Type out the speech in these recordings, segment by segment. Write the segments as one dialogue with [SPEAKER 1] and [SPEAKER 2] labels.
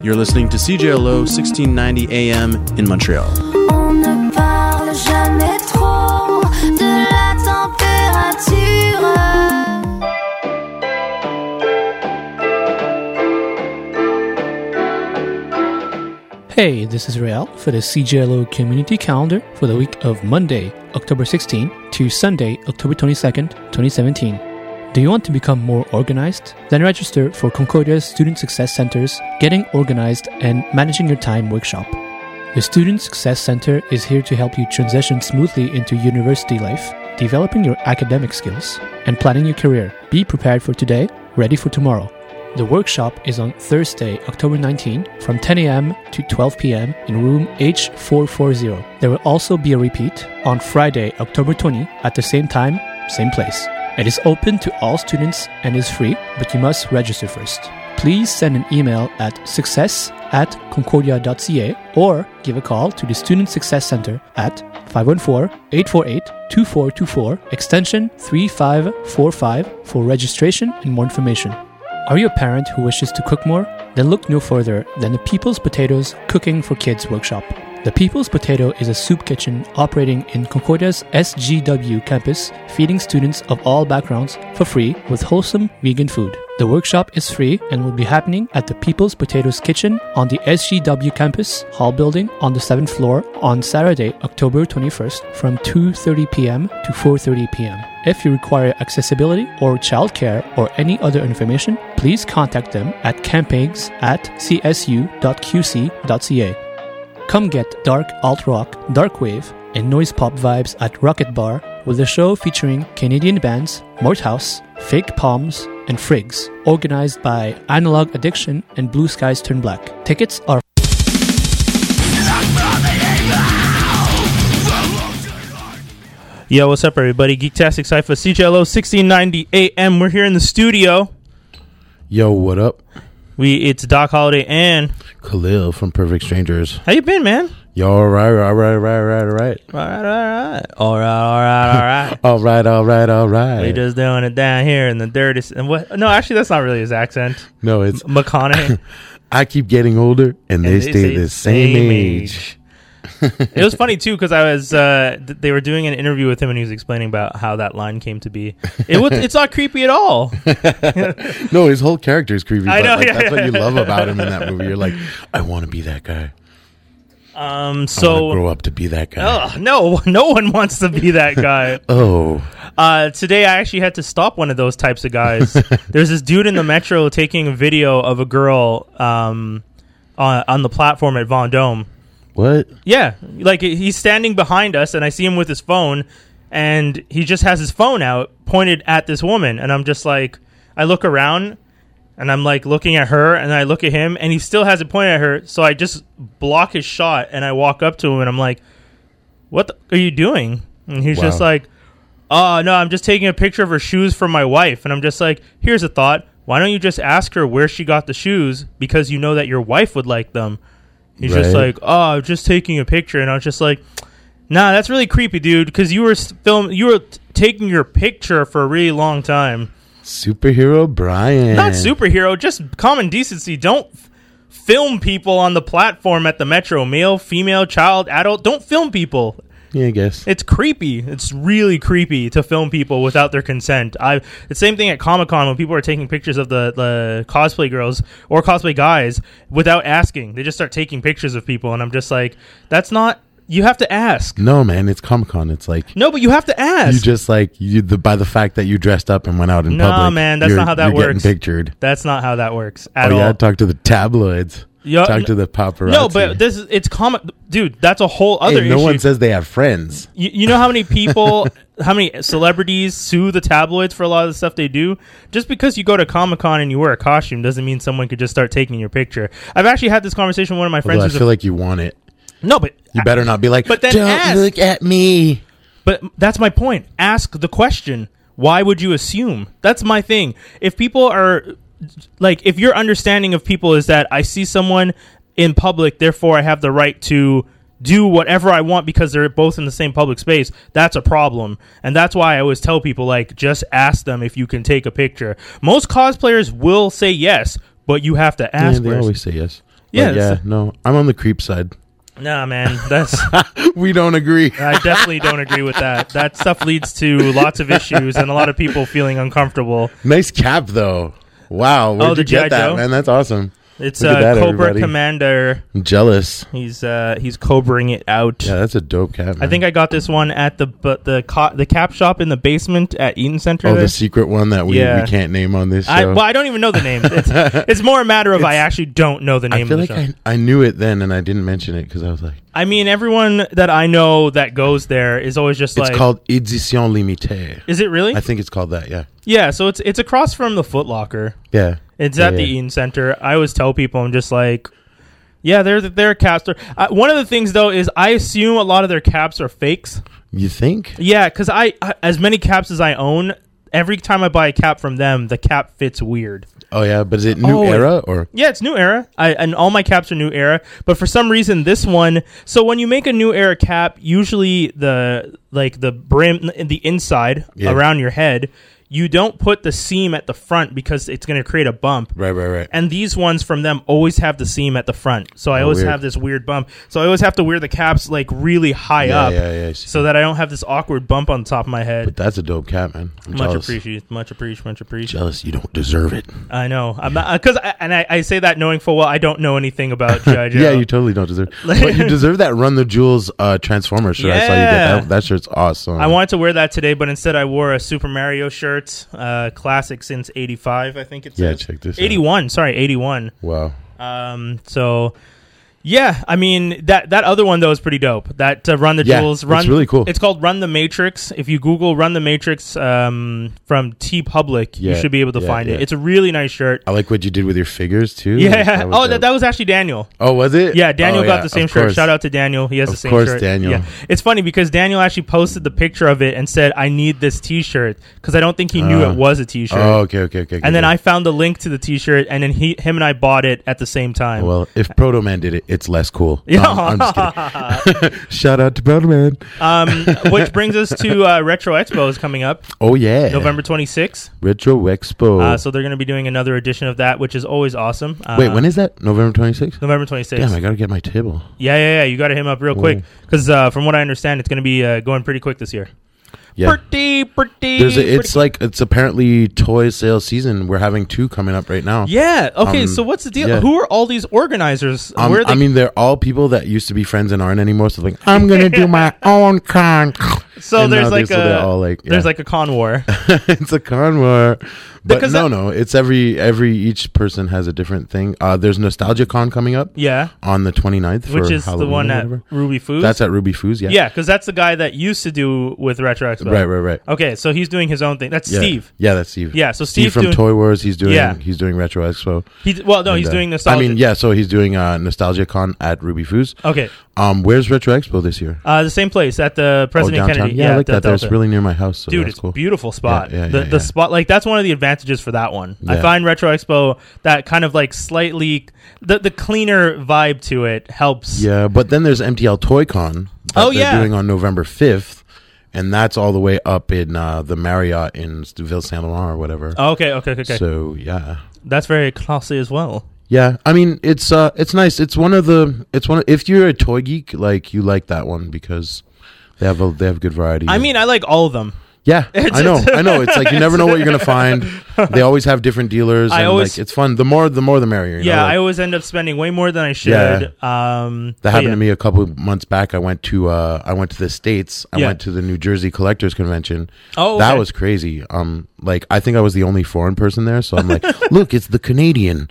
[SPEAKER 1] You're listening to CJLO 1690 AM in Montreal.
[SPEAKER 2] On ne parle jamais trop de la température.
[SPEAKER 3] Hey, this is Real for the CJLO Community Calendar for the week of Monday, October 16 to Sunday, October 22nd, 2017. Do you want to become more organized? Then register for Concordia's Student Success Center's Getting Organized and Managing Your Time workshop. The Student Success Center is here to help you transition smoothly into university life, developing your academic skills, and planning your career. Be prepared for today, ready for tomorrow. The workshop is on Thursday, October 19 from 10 a.m. to 12 p.m. in room H440. There will also be a repeat on Friday, October 20 at the same time, same place. It is open to all students and is free, but you must register first. Please send an email at success at concordia.ca or give a call to the Student Success Center at 514-848-2424 extension 3545 for registration and more information. Are you a parent who wishes to cook more? Then look no further than the People's Potatoes Cooking for Kids workshop. The People's Potato is a soup kitchen operating in Concordia's SGW campus, feeding students of all backgrounds for free with wholesome vegan food. The workshop is free and will be happening at the People's Potatoes Kitchen on the SGW campus hall building on the 7th floor on Saturday, October 21st from 2:30 p.m. to 4:30 p.m. If you require accessibility or childcare or any other information, please contact them at campags at csu.qc.ca. Come get dark alt rock, dark wave, and noise pop vibes at Rocket Bar with a show featuring Canadian bands Morthouse, Fake Palms, and Frigs, organized by Analog Addiction and Blue Skies Turn Black. Tickets are
[SPEAKER 4] Yo, what's up, everybody? Geektastic Cypher, CJLO 1690 AM. We're here in the studio.
[SPEAKER 5] Yo, what up?
[SPEAKER 4] We It's Doc Holiday and.
[SPEAKER 5] Khalil from Perfect Strangers.
[SPEAKER 4] How you been, man?
[SPEAKER 5] Yo, all right, all right, all right, all right, all right.
[SPEAKER 4] All right, all right. All right, all right, all right.
[SPEAKER 5] All right, all right, all right.
[SPEAKER 4] We just doing it down here in the dirtiest. And what? No, actually, that's not really his accent.
[SPEAKER 5] no, it's
[SPEAKER 4] McConaughey.
[SPEAKER 5] I keep getting older and, they, stay, the same, age.
[SPEAKER 4] it was funny too because I was uh, th- they were doing an interview with him and he was explaining about how that line came to be. It was it's not creepy at all.
[SPEAKER 5] No, his whole character is creepy.
[SPEAKER 4] I
[SPEAKER 5] but,
[SPEAKER 4] know,
[SPEAKER 5] like,
[SPEAKER 4] yeah,
[SPEAKER 5] that's what
[SPEAKER 4] yeah.
[SPEAKER 5] you love about him in that movie. You're like, I want to be that guy.
[SPEAKER 4] Um,
[SPEAKER 5] So Oh. I wanna
[SPEAKER 4] so
[SPEAKER 5] grow up to be that guy.
[SPEAKER 4] Ugh, no, no one wants to be that guy.
[SPEAKER 5] Oh,
[SPEAKER 4] Uh, today I actually had to stop one of those types of guys. There's this dude in the metro taking a video of a girl um, on, on the platform at Vendome.
[SPEAKER 5] what?
[SPEAKER 4] Yeah, like he's standing behind us, and I see him with his phone, and he just has his phone out pointed at this woman, and I'm just like, I look around, and I'm like looking at her, and I look at him, and he still has it pointed at her, so I just block his shot, and I walk up to him, and I'm like, "What the, are you doing?" And he's just
[SPEAKER 5] Wow.
[SPEAKER 4] like, "Oh no, I'm just taking a picture of her shoes for my wife," and I'm just like, "Here's a thought." Why don't you just ask her where she got the shoes because you know that your wife would like them? He's just
[SPEAKER 5] Right.
[SPEAKER 4] like, oh, I'm just taking a picture, and I was just like, nah, that's really creepy, dude, because you were s- film, you were t- taking your picture for a really long time.
[SPEAKER 5] Superhero Brian.
[SPEAKER 4] Not superhero, just common decency. Don't f- film people on the platform at the metro, male, female, child, adult. Don't film people.
[SPEAKER 5] Yeah, I guess.
[SPEAKER 4] It's creepy. It's really creepy to film people without their consent. I the same thing at Comic Con when people are taking pictures of the, the cosplay girls or cosplay guys without asking. They just start taking pictures of people, and I'm just like, that's not. You have to ask.
[SPEAKER 5] no, man, it's Comic Con. It's like.
[SPEAKER 4] No, but you have to ask.
[SPEAKER 5] You just like you the, by the fact that you dressed up and went out in
[SPEAKER 4] No,
[SPEAKER 5] public.
[SPEAKER 4] man, that's
[SPEAKER 5] you're-
[SPEAKER 4] not how that
[SPEAKER 5] you're getting
[SPEAKER 4] works.
[SPEAKER 5] Pictured.
[SPEAKER 4] that's not how that works at
[SPEAKER 5] Oh
[SPEAKER 4] all.
[SPEAKER 5] yeah, talk to the tabloids.
[SPEAKER 4] Yeah,
[SPEAKER 5] talk
[SPEAKER 4] n-
[SPEAKER 5] to the paparazzi.
[SPEAKER 4] no, but this is it's comic, dude. That's a whole
[SPEAKER 5] Hey,
[SPEAKER 4] other
[SPEAKER 5] no
[SPEAKER 4] issue.
[SPEAKER 5] one says they have friends.
[SPEAKER 4] You, you know how many people, how many celebrities sue the tabloids for a lot of the stuff they do? Just because you go to Comic Con and you wear a costume doesn't mean someone could just start taking your picture. I've actually had this conversation with one of my friends
[SPEAKER 5] Although I
[SPEAKER 4] who's a,
[SPEAKER 5] feel like you want it.
[SPEAKER 4] no, but
[SPEAKER 5] You better not be like.
[SPEAKER 4] But then
[SPEAKER 5] don't
[SPEAKER 4] ask."
[SPEAKER 5] look at me.
[SPEAKER 4] but that's my point. Ask the question. Why would you assume? That's my thing. If people are like, if your understanding of people is that I see someone in public, therefore I have the right to do whatever I want because they're both in the same public space, that's a problem. And that's why I always tell people, like, just ask them if you can take a picture. Most cosplayers will say yes, but you have to ask
[SPEAKER 5] Yeah, they
[SPEAKER 4] first.
[SPEAKER 5] always say yes.
[SPEAKER 4] Yeah,
[SPEAKER 5] But yeah, no, I'm on the creep side.
[SPEAKER 4] Nah, man, that's
[SPEAKER 5] We don't agree.
[SPEAKER 4] I definitely don't agree with that. That stuff leads to lots of issues and a lot of people feeling uncomfortable.
[SPEAKER 5] Nice cap though. Wow, where'd
[SPEAKER 4] Oh, the
[SPEAKER 5] you get
[SPEAKER 4] G.I.
[SPEAKER 5] that,
[SPEAKER 4] Joe?
[SPEAKER 5] man? That's awesome.
[SPEAKER 4] It's
[SPEAKER 5] Look
[SPEAKER 4] uh,
[SPEAKER 5] at that,
[SPEAKER 4] Cobra
[SPEAKER 5] everybody.
[SPEAKER 4] Commander.
[SPEAKER 5] I'm jealous.
[SPEAKER 4] He's uh, he's cobraing it out.
[SPEAKER 5] Yeah, that's a dope cap. Man.
[SPEAKER 4] I think I got this one at the but the co- the cap shop in the basement at Eaton Center.
[SPEAKER 5] Oh,
[SPEAKER 4] there.
[SPEAKER 5] the secret one that we,
[SPEAKER 4] Yeah.
[SPEAKER 5] we can't name on this show.
[SPEAKER 4] I, well, I don't even know the name. It's, it's more a matter of I actually don't know the
[SPEAKER 5] I
[SPEAKER 4] name
[SPEAKER 5] feel
[SPEAKER 4] of
[SPEAKER 5] like
[SPEAKER 4] the
[SPEAKER 5] I,
[SPEAKER 4] shop.
[SPEAKER 5] I knew it then and I didn't mention it because I was like,
[SPEAKER 4] I, mean, everyone that I know that goes there is always just
[SPEAKER 5] it's
[SPEAKER 4] like,
[SPEAKER 5] called Edition Limitée.
[SPEAKER 4] is it really?
[SPEAKER 5] I think it's called that. Yeah,
[SPEAKER 4] yeah. So it's it's across from the Foot Locker.
[SPEAKER 5] yeah.
[SPEAKER 4] It's
[SPEAKER 5] Yeah,
[SPEAKER 4] at the
[SPEAKER 5] yeah.
[SPEAKER 4] Eaton Center. I always tell people, I'm just like, yeah, they're they're caps. They're- Uh, one of the things though is I assume a lot of their caps are fakes.
[SPEAKER 5] You think?
[SPEAKER 4] Yeah, because I, I as many caps as I own, every time I buy a cap from them, the cap fits weird.
[SPEAKER 5] Oh yeah, but is it new
[SPEAKER 4] Oh, it-
[SPEAKER 5] era or?
[SPEAKER 4] Yeah, it's New Era. I, and all my caps are New Era, but for some reason this one. So when you make a New Era cap, usually the like the brim, the inside
[SPEAKER 5] Yeah.
[SPEAKER 4] around your head, you don't put the seam at the front because it's going to create a bump.
[SPEAKER 5] Right, right, right.
[SPEAKER 4] And these ones from them always have the seam at the front, so I
[SPEAKER 5] Oh,
[SPEAKER 4] always
[SPEAKER 5] weird.
[SPEAKER 4] have this weird bump. So I always have to wear the caps like really high
[SPEAKER 5] Yeah,
[SPEAKER 4] up,
[SPEAKER 5] yeah, yeah, I see.
[SPEAKER 4] so that I don't have this awkward bump on top of my head.
[SPEAKER 5] But that's a dope cap, man. I'm
[SPEAKER 4] Much
[SPEAKER 5] jealous.
[SPEAKER 4] appreciated, much appreciated, much appreciated.
[SPEAKER 5] Jealous. You don't deserve it.
[SPEAKER 4] I know. I'm not because, I, and I, I say that knowing full well I don't know anything about GI Joe.
[SPEAKER 5] Yeah, you totally don't deserve. but you deserve that Run the Jewels uh, Transformer shirt. I saw you
[SPEAKER 4] Yeah.
[SPEAKER 5] get that. That shirt's awesome.
[SPEAKER 4] I wanted to wear that today, but instead I wore a Super Mario shirt, uh, classic since '85, I think it's
[SPEAKER 5] Yeah, check this out.
[SPEAKER 4] '81. Sorry, '81.
[SPEAKER 5] Wow.
[SPEAKER 4] Um, so yeah, I mean that that other one though is pretty dope. That uh, run the
[SPEAKER 5] Yeah,
[SPEAKER 4] jewels,
[SPEAKER 5] it's
[SPEAKER 4] run
[SPEAKER 5] really cool.
[SPEAKER 4] It's called Run the Matrix. If you Google Run the Matrix um, from T Public, you
[SPEAKER 5] Yeah,
[SPEAKER 4] should be able to
[SPEAKER 5] yeah,
[SPEAKER 4] find it.
[SPEAKER 5] yeah.
[SPEAKER 4] It's a really nice shirt.
[SPEAKER 5] I like what you did with your figures too.
[SPEAKER 4] yeah.
[SPEAKER 5] Like, was
[SPEAKER 4] oh, that,
[SPEAKER 5] dope.
[SPEAKER 4] that was actually Daniel.
[SPEAKER 5] Oh, was it?
[SPEAKER 4] Yeah, Daniel
[SPEAKER 5] Oh,
[SPEAKER 4] got
[SPEAKER 5] yeah,
[SPEAKER 4] the same
[SPEAKER 5] of
[SPEAKER 4] shirt.
[SPEAKER 5] course.
[SPEAKER 4] Shout out to Daniel. He has the
[SPEAKER 5] Of
[SPEAKER 4] same
[SPEAKER 5] course,
[SPEAKER 4] shirt.
[SPEAKER 5] Daniel.
[SPEAKER 4] Yeah. It's funny because Daniel actually posted the picture of it and said, I need this t shirt because I don't think he knew
[SPEAKER 5] Uh,
[SPEAKER 4] it was a t shirt.
[SPEAKER 5] Oh, okay, okay, okay.
[SPEAKER 4] and then
[SPEAKER 5] okay.
[SPEAKER 4] I found the link to the t shirt and then he him and I bought it at the same time.
[SPEAKER 5] Well, if Proto Man did it, it's less cool.
[SPEAKER 4] Yeah.
[SPEAKER 5] Um, I'm just kidding. Shout out to Proto Man.
[SPEAKER 4] um, which brings us to uh, Retro Expo is coming up
[SPEAKER 5] Oh yeah,
[SPEAKER 4] November 26th.
[SPEAKER 5] Retro Expo.
[SPEAKER 4] Uh, so they're going to be doing another edition of that, which is always awesome. Uh,
[SPEAKER 5] Wait, when is that? November 26th?
[SPEAKER 4] November 26th.
[SPEAKER 5] Damn, Oh. I gotta get my table.
[SPEAKER 4] yeah, yeah, yeah. You got to him up real quick because uh, from what I understand, it's going to be uh, going pretty quick this year.
[SPEAKER 5] Yeah,
[SPEAKER 4] Pretty, pretty.
[SPEAKER 5] there's
[SPEAKER 4] pretty
[SPEAKER 5] a, it's like it's apparently toy sale season. We're having two coming up right now.
[SPEAKER 4] Yeah. Okay.
[SPEAKER 5] Um,
[SPEAKER 4] so what's the deal?
[SPEAKER 5] yeah.
[SPEAKER 4] Who are all these organizers?
[SPEAKER 5] Um,
[SPEAKER 4] Where are they?
[SPEAKER 5] I mean, they're all people that used to be friends and aren't anymore. So like, I'm gonna do my own con.
[SPEAKER 4] so
[SPEAKER 5] and
[SPEAKER 4] there's
[SPEAKER 5] now they-
[SPEAKER 4] like
[SPEAKER 5] so they're
[SPEAKER 4] a
[SPEAKER 5] all like-
[SPEAKER 4] there's
[SPEAKER 5] yeah.
[SPEAKER 4] like a con war.
[SPEAKER 5] it's a con war. But
[SPEAKER 4] Because
[SPEAKER 5] no,
[SPEAKER 4] that-
[SPEAKER 5] no, it's every every each person has a different thing. Uh, there's Nostalgia Con coming up
[SPEAKER 4] yeah,
[SPEAKER 5] on the 29th, for
[SPEAKER 4] which is
[SPEAKER 5] Halloween
[SPEAKER 4] the one
[SPEAKER 5] or
[SPEAKER 4] at
[SPEAKER 5] whatever.
[SPEAKER 4] Ruby Foods.
[SPEAKER 5] That's at Ruby Foo's. Yeah,
[SPEAKER 4] yeah, because that's the guy that used to do with Retro Expo.
[SPEAKER 5] right, right, right.
[SPEAKER 4] Okay, so he's doing his own thing. That's
[SPEAKER 5] Yeah.
[SPEAKER 4] Steve.
[SPEAKER 5] Yeah, that's Steve.
[SPEAKER 4] Yeah. So
[SPEAKER 5] Steve,
[SPEAKER 4] Steve,
[SPEAKER 5] from
[SPEAKER 4] doing,
[SPEAKER 5] Toy Wars. He's doing
[SPEAKER 4] Yeah.
[SPEAKER 5] he's doing Retro Expo.
[SPEAKER 4] he, well, no,
[SPEAKER 5] And,
[SPEAKER 4] he's
[SPEAKER 5] uh,
[SPEAKER 4] doing nostalgia.
[SPEAKER 5] I mean, yeah. So he's doing uh, Nostalgia Con at Ruby Foo's.
[SPEAKER 4] Okay.
[SPEAKER 5] Um, where's Retro Expo this year? Oh,
[SPEAKER 4] Uh, the same place at the President Kennedy.
[SPEAKER 5] Yeah, I like
[SPEAKER 4] the
[SPEAKER 5] that. That's
[SPEAKER 4] Delta.
[SPEAKER 5] really near my house. So
[SPEAKER 4] Dude,
[SPEAKER 5] that's
[SPEAKER 4] it's
[SPEAKER 5] cool.
[SPEAKER 4] beautiful spot.
[SPEAKER 5] Yeah, yeah,
[SPEAKER 4] the
[SPEAKER 5] yeah,
[SPEAKER 4] the
[SPEAKER 5] yeah.
[SPEAKER 4] spot like that's one of the advantages for that one. I
[SPEAKER 5] Yeah.
[SPEAKER 4] find Retro Expo that kind of like slightly the the cleaner vibe to it helps.
[SPEAKER 5] Yeah, but then there's MTL Toy Con. that
[SPEAKER 4] Oh,
[SPEAKER 5] they're
[SPEAKER 4] yeah.
[SPEAKER 5] doing on November fifth, and that's all the way up in uh, the Marriott in Ville Saint Laurent or whatever.
[SPEAKER 4] Okay, okay, Oh, okay, okay.
[SPEAKER 5] So yeah,
[SPEAKER 4] That's very classy as well.
[SPEAKER 5] yeah. I mean, it's uh, it's nice. It's one of the. It's one. Of, if you're a toy geek, like you like that one because. They have a they have good variety.
[SPEAKER 4] I mean, I like all of them.
[SPEAKER 5] yeah, I know, I know. It's like you never know what you're gonna find. They always have different dealers.
[SPEAKER 4] I
[SPEAKER 5] and
[SPEAKER 4] always-
[SPEAKER 5] like, it's fun. The more, the more, the merrier. you know,
[SPEAKER 4] yeah,
[SPEAKER 5] like-
[SPEAKER 4] I always end up spending way more than I should. Um, but
[SPEAKER 5] That happened
[SPEAKER 4] yeah.
[SPEAKER 5] to me a couple of months back. I went to uh, I went to the states. I
[SPEAKER 4] Yeah.
[SPEAKER 5] went to the New Jersey Collectors Convention.
[SPEAKER 4] Oh,
[SPEAKER 5] that
[SPEAKER 4] okay.
[SPEAKER 5] was crazy. Um, like I think I was the only foreign person there. So I'm like, look, it's the Canadian.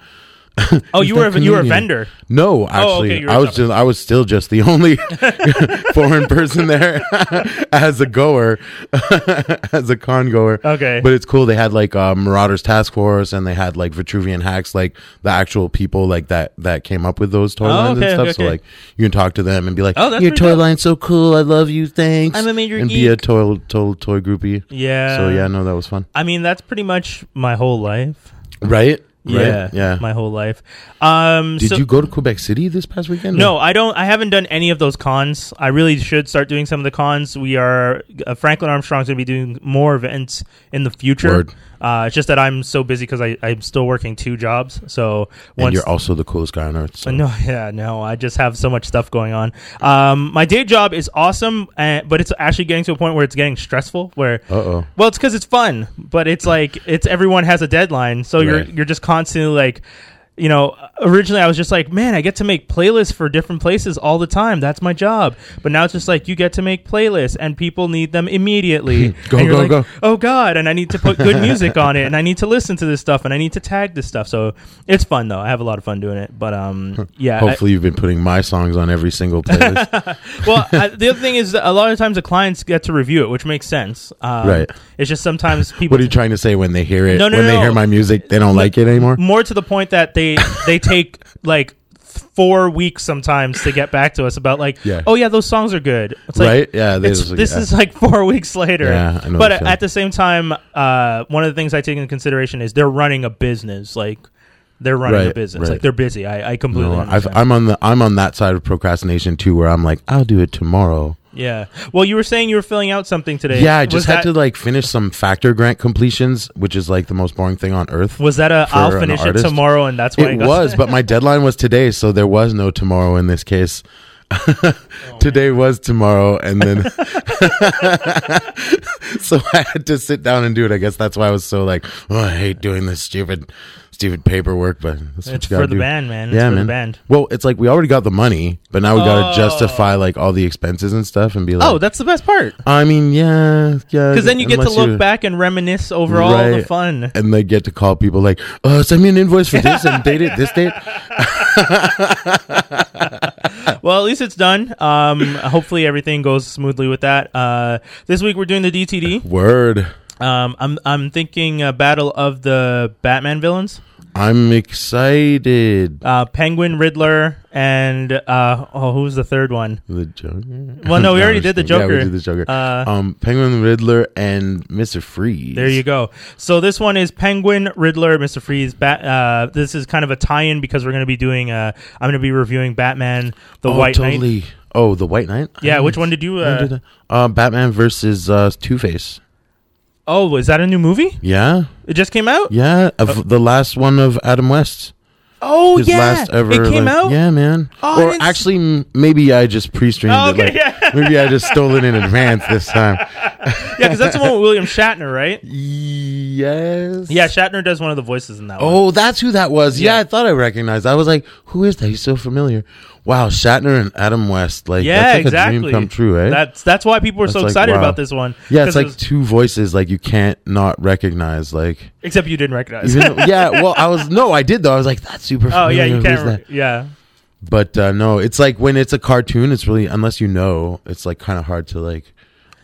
[SPEAKER 4] Oh, you
[SPEAKER 5] that
[SPEAKER 4] were a, you were a
[SPEAKER 5] Canadian?
[SPEAKER 4] vendor.
[SPEAKER 5] No,
[SPEAKER 4] Oh, okay,
[SPEAKER 5] actually,
[SPEAKER 4] you were
[SPEAKER 5] I was
[SPEAKER 4] shopping.
[SPEAKER 5] just, I was still just the only foreign person there as a goer, as a con goer.
[SPEAKER 4] Okay.
[SPEAKER 5] but it's cool. They had like uh, Marauders Task Force, and they had like Vitruvian Hacks, like the actual people like that that came up with those toy
[SPEAKER 4] Oh,
[SPEAKER 5] lines
[SPEAKER 4] okay,
[SPEAKER 5] and stuff.
[SPEAKER 4] okay,
[SPEAKER 5] so
[SPEAKER 4] okay.
[SPEAKER 5] like you can talk to them and be like,
[SPEAKER 4] Oh, that's
[SPEAKER 5] your
[SPEAKER 4] pretty
[SPEAKER 5] toy
[SPEAKER 4] dope.
[SPEAKER 5] line's so cool. I love you. Thanks.
[SPEAKER 4] I'm a major
[SPEAKER 5] and be a
[SPEAKER 4] geek." Uh,
[SPEAKER 5] total total toy groupie."
[SPEAKER 4] Yeah.
[SPEAKER 5] So yeah, no, that was fun.
[SPEAKER 4] I mean, that's pretty much my whole life.
[SPEAKER 5] Right.
[SPEAKER 4] Yeah,
[SPEAKER 5] Right? Yeah.
[SPEAKER 4] my whole life. Um,
[SPEAKER 5] Did
[SPEAKER 4] so,
[SPEAKER 5] you go to Quebec City this past weekend?
[SPEAKER 4] No, I don't. I haven't done any of those cons. I really should start doing some of the cons. We are uh, Franklin Armstrong's going to be doing more events in the future.
[SPEAKER 5] Word.
[SPEAKER 4] Uh, it's just that I'm so busy because I'm still working two jobs. So
[SPEAKER 5] and
[SPEAKER 4] once
[SPEAKER 5] you're also the coolest guy on earth. So.
[SPEAKER 4] no, yeah, no. I just have so much stuff going on. Um, my day job is awesome, uh, but it's actually getting to a point where it's getting stressful. Where
[SPEAKER 5] Uh oh.
[SPEAKER 4] well, it's because it's fun, but it's like it's everyone has a deadline, so you're
[SPEAKER 5] Right.
[SPEAKER 4] you're just constantly like, you know. Originally, I was just like, man, I get to make playlists for different places all the time. That's my job. But now it's just like you get to make playlists, and people need them immediately.
[SPEAKER 5] Go,
[SPEAKER 4] And you're
[SPEAKER 5] go,
[SPEAKER 4] like,
[SPEAKER 5] go.
[SPEAKER 4] Oh God! And I need to put good music on it, and I need to listen to this stuff, and I need to tag this stuff. So it's fun though. I have a lot of fun doing it. But um, yeah. I-
[SPEAKER 5] Hopefully, you've been putting my songs on every single playlist.
[SPEAKER 4] well, I, the other thing is that a lot of times the clients get to review it, which makes sense. Um,
[SPEAKER 5] Right.
[SPEAKER 4] It's just sometimes people.
[SPEAKER 5] what are you trying to say when they hear it?
[SPEAKER 4] No, no,
[SPEAKER 5] when they
[SPEAKER 4] no.
[SPEAKER 5] hear my music, they don't like it anymore.
[SPEAKER 4] more to the point that they they take like four weeks sometimes to get back to us about like
[SPEAKER 5] Yeah.
[SPEAKER 4] oh yeah those songs are good it's like,
[SPEAKER 5] Right? Yeah, they
[SPEAKER 4] it's-
[SPEAKER 5] just-
[SPEAKER 4] this
[SPEAKER 5] yeah.
[SPEAKER 4] is like four weeks later
[SPEAKER 5] Yeah, I know
[SPEAKER 4] but
[SPEAKER 5] the feeling.
[SPEAKER 4] at the same time uh, one of the things i take into consideration is they're running a business like they're running a
[SPEAKER 5] Right,
[SPEAKER 4] business
[SPEAKER 5] right.
[SPEAKER 4] like they're busy i, I completely
[SPEAKER 5] No, I've,
[SPEAKER 4] understand.
[SPEAKER 5] I'm on the I'm on that side of procrastination too, where I'm like, I'll do it tomorrow.
[SPEAKER 4] yeah well you were saying you were filling out something today
[SPEAKER 5] yeah, I just
[SPEAKER 4] Was
[SPEAKER 5] had
[SPEAKER 4] that-
[SPEAKER 5] to like finish some factor grant completions, which is like the most boring thing on earth.
[SPEAKER 4] was that a
[SPEAKER 5] for
[SPEAKER 4] i'll
[SPEAKER 5] an
[SPEAKER 4] finish it
[SPEAKER 5] artist.
[SPEAKER 4] tomorrow and that's why I
[SPEAKER 5] It
[SPEAKER 4] got-
[SPEAKER 5] was, but my deadline was today, so there was no tomorrow in this case. today was tomorrow, and then so I had to sit down and do it. I guess that's why I was so like, oh, I hate doing this stupid, stupid paperwork. But that's what
[SPEAKER 4] it's
[SPEAKER 5] you gotta
[SPEAKER 4] for the
[SPEAKER 5] do.
[SPEAKER 4] band man it's for the band
[SPEAKER 5] Well, it's like we already got the money, but now we got
[SPEAKER 4] Oh.
[SPEAKER 5] to justify like all the expenses and stuff, and be like,
[SPEAKER 4] oh that's the best part
[SPEAKER 5] I mean, yeah, yeah.
[SPEAKER 4] because then you get to
[SPEAKER 5] unless
[SPEAKER 4] look
[SPEAKER 5] you-
[SPEAKER 4] back and reminisce over all the
[SPEAKER 5] Right.
[SPEAKER 4] fun.
[SPEAKER 5] and they get to call people like, "Oh, send me an invoice for this and date it this date."
[SPEAKER 4] Well, at least it's done. Um, hopefully everything goes smoothly with that. Uh, this week we're doing the DTD.
[SPEAKER 5] Word.
[SPEAKER 4] Um, I'm I'm thinking uh, Battle of the Batman villains:
[SPEAKER 5] I'm excited.
[SPEAKER 4] uh, Penguin, Riddler, and uh, oh, who's the third one?
[SPEAKER 5] The Joker.
[SPEAKER 4] Well, Oh, no, we
[SPEAKER 5] I'm
[SPEAKER 4] already did
[SPEAKER 5] just
[SPEAKER 4] the
[SPEAKER 5] kidding. Yeah, we
[SPEAKER 4] Joker.
[SPEAKER 5] did the Joker.
[SPEAKER 4] Uh,
[SPEAKER 5] um, Penguin, Riddler, and Mister Freeze.
[SPEAKER 4] There you go. So this one is Penguin, Riddler, Mister Freeze. Bat, uh, this is kind of a tie-in because we're going to be doing. Uh, I'm going to be reviewing Batman, the
[SPEAKER 5] oh,
[SPEAKER 4] White Knight.
[SPEAKER 5] totally. Oh, the White Knight.
[SPEAKER 4] Yeah,
[SPEAKER 5] I
[SPEAKER 4] which one did you?
[SPEAKER 5] I
[SPEAKER 4] Uh,
[SPEAKER 5] did that. Uh, Batman versus uh, Two Face.
[SPEAKER 4] oh, is that a new movie?
[SPEAKER 5] Yeah,
[SPEAKER 4] It just came out.
[SPEAKER 5] yeah. Of the last one of Adam West.
[SPEAKER 4] Oh
[SPEAKER 5] his
[SPEAKER 4] yeah,
[SPEAKER 5] last ever.
[SPEAKER 4] it came
[SPEAKER 5] like-
[SPEAKER 4] out.
[SPEAKER 5] Yeah, man.
[SPEAKER 4] Oh, I
[SPEAKER 5] or
[SPEAKER 4] didn't s-
[SPEAKER 5] actually, m- maybe I just pre-streamed
[SPEAKER 4] Oh, okay,
[SPEAKER 5] it. Like,
[SPEAKER 4] yeah.
[SPEAKER 5] maybe I just stole it in advance this time.
[SPEAKER 4] Yeah, because that's the one with William Shatner, right?
[SPEAKER 5] Yes.
[SPEAKER 4] Yeah, Shatner does one of the voices in that one.
[SPEAKER 5] Oh, that's who that was. Yeah,
[SPEAKER 4] Yeah.
[SPEAKER 5] I thought I recognized. I was like, "Who is that? He's so familiar." Wow, Shatner and Adam West. Like,
[SPEAKER 4] yeah,
[SPEAKER 5] that's like
[SPEAKER 4] exactly.
[SPEAKER 5] a dream come true, right?
[SPEAKER 4] That's that's why people were so
[SPEAKER 5] That's like,
[SPEAKER 4] excited
[SPEAKER 5] wow.
[SPEAKER 4] about this one.
[SPEAKER 5] yeah, it's
[SPEAKER 4] 'cause it
[SPEAKER 5] like
[SPEAKER 4] was-
[SPEAKER 5] two voices. Like you can't not recognize. Like,
[SPEAKER 4] except you didn't recognize.
[SPEAKER 5] even though- yeah. Well, I was no, I did though. I was like, "That's super."
[SPEAKER 4] oh yeah,
[SPEAKER 5] familiar.
[SPEAKER 4] you
[SPEAKER 5] Who's
[SPEAKER 4] can't.
[SPEAKER 5] that?
[SPEAKER 4] Re- yeah,
[SPEAKER 5] But uh, no, it's like when it's a cartoon, it's really unless you know, it's like kind of hard to like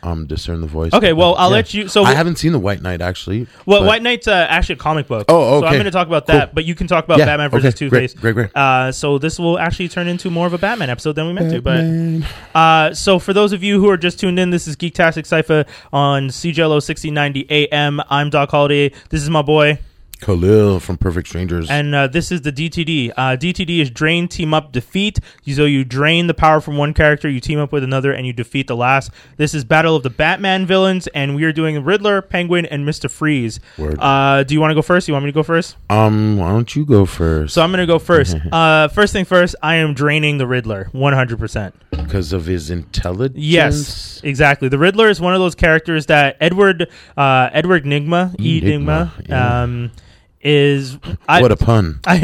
[SPEAKER 5] um discern the voice.
[SPEAKER 4] Okay,
[SPEAKER 5] But,
[SPEAKER 4] well,
[SPEAKER 5] uh,
[SPEAKER 4] I'll let you- so-
[SPEAKER 5] I haven't seen the White Knight actually.
[SPEAKER 4] well,
[SPEAKER 5] but-
[SPEAKER 4] White Knight's uh, actually a comic book.
[SPEAKER 5] Oh,
[SPEAKER 4] So I'm
[SPEAKER 5] okay.
[SPEAKER 4] going to talk about
[SPEAKER 5] Cool.
[SPEAKER 4] that, but you can talk about
[SPEAKER 5] Yeah,
[SPEAKER 4] oh, Batman
[SPEAKER 5] okay,
[SPEAKER 4] versus Two Face.
[SPEAKER 5] great, great, great.
[SPEAKER 4] Uh, so this will actually turn into more of a Batman episode than we meant to.
[SPEAKER 5] Man.
[SPEAKER 4] But uh, so for those of you who are just tuned in, this is Geektastic Cypher on CJLO 1690 AM. I'm Doc Holiday. This is my boy.
[SPEAKER 5] Khalil from Perfect Strangers.
[SPEAKER 4] And uh, this is the DTD. Uh, DTD is drain, team up, defeat. So you drain the power from one character, you team up with another, and you defeat the last. This is Battle of the Batman villains, and we are doing Riddler, Penguin, and Mister Freeze.
[SPEAKER 5] Word.
[SPEAKER 4] Uh, do you want to go first? You want me to go first?
[SPEAKER 5] um, why don't you go first?
[SPEAKER 4] So I'm gonna go first. uh, first thing first, I am draining the Riddler, 100. percent
[SPEAKER 5] Because of his intelligence.
[SPEAKER 4] Yes, exactly. The Riddler is one of those characters that Edward uh, Edward Nigma,
[SPEAKER 5] Mm, Nigma,
[SPEAKER 4] Enigma,
[SPEAKER 5] yeah.
[SPEAKER 4] um, is I,
[SPEAKER 5] what a pun.
[SPEAKER 4] I,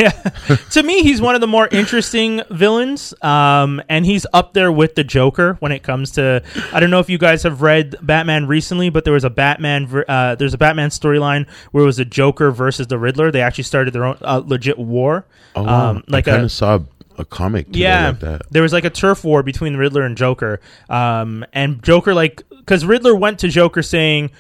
[SPEAKER 4] to me, he's one of the more interesting villains, um, and he's up there with the Joker when it comes to. I don't know if you guys have read Batman recently, but there was a Batman. ver- Uh, there's a Batman storyline where it was the Joker versus the Riddler. They actually started their own uh, legit war.
[SPEAKER 5] Oh,
[SPEAKER 4] um, like
[SPEAKER 5] I kind
[SPEAKER 4] a-
[SPEAKER 5] of saw a, a comic. Today
[SPEAKER 4] yeah,
[SPEAKER 5] Like that.
[SPEAKER 4] there was like a turf war between Riddler and Joker, um, and Joker like because Riddler went to Joker saying,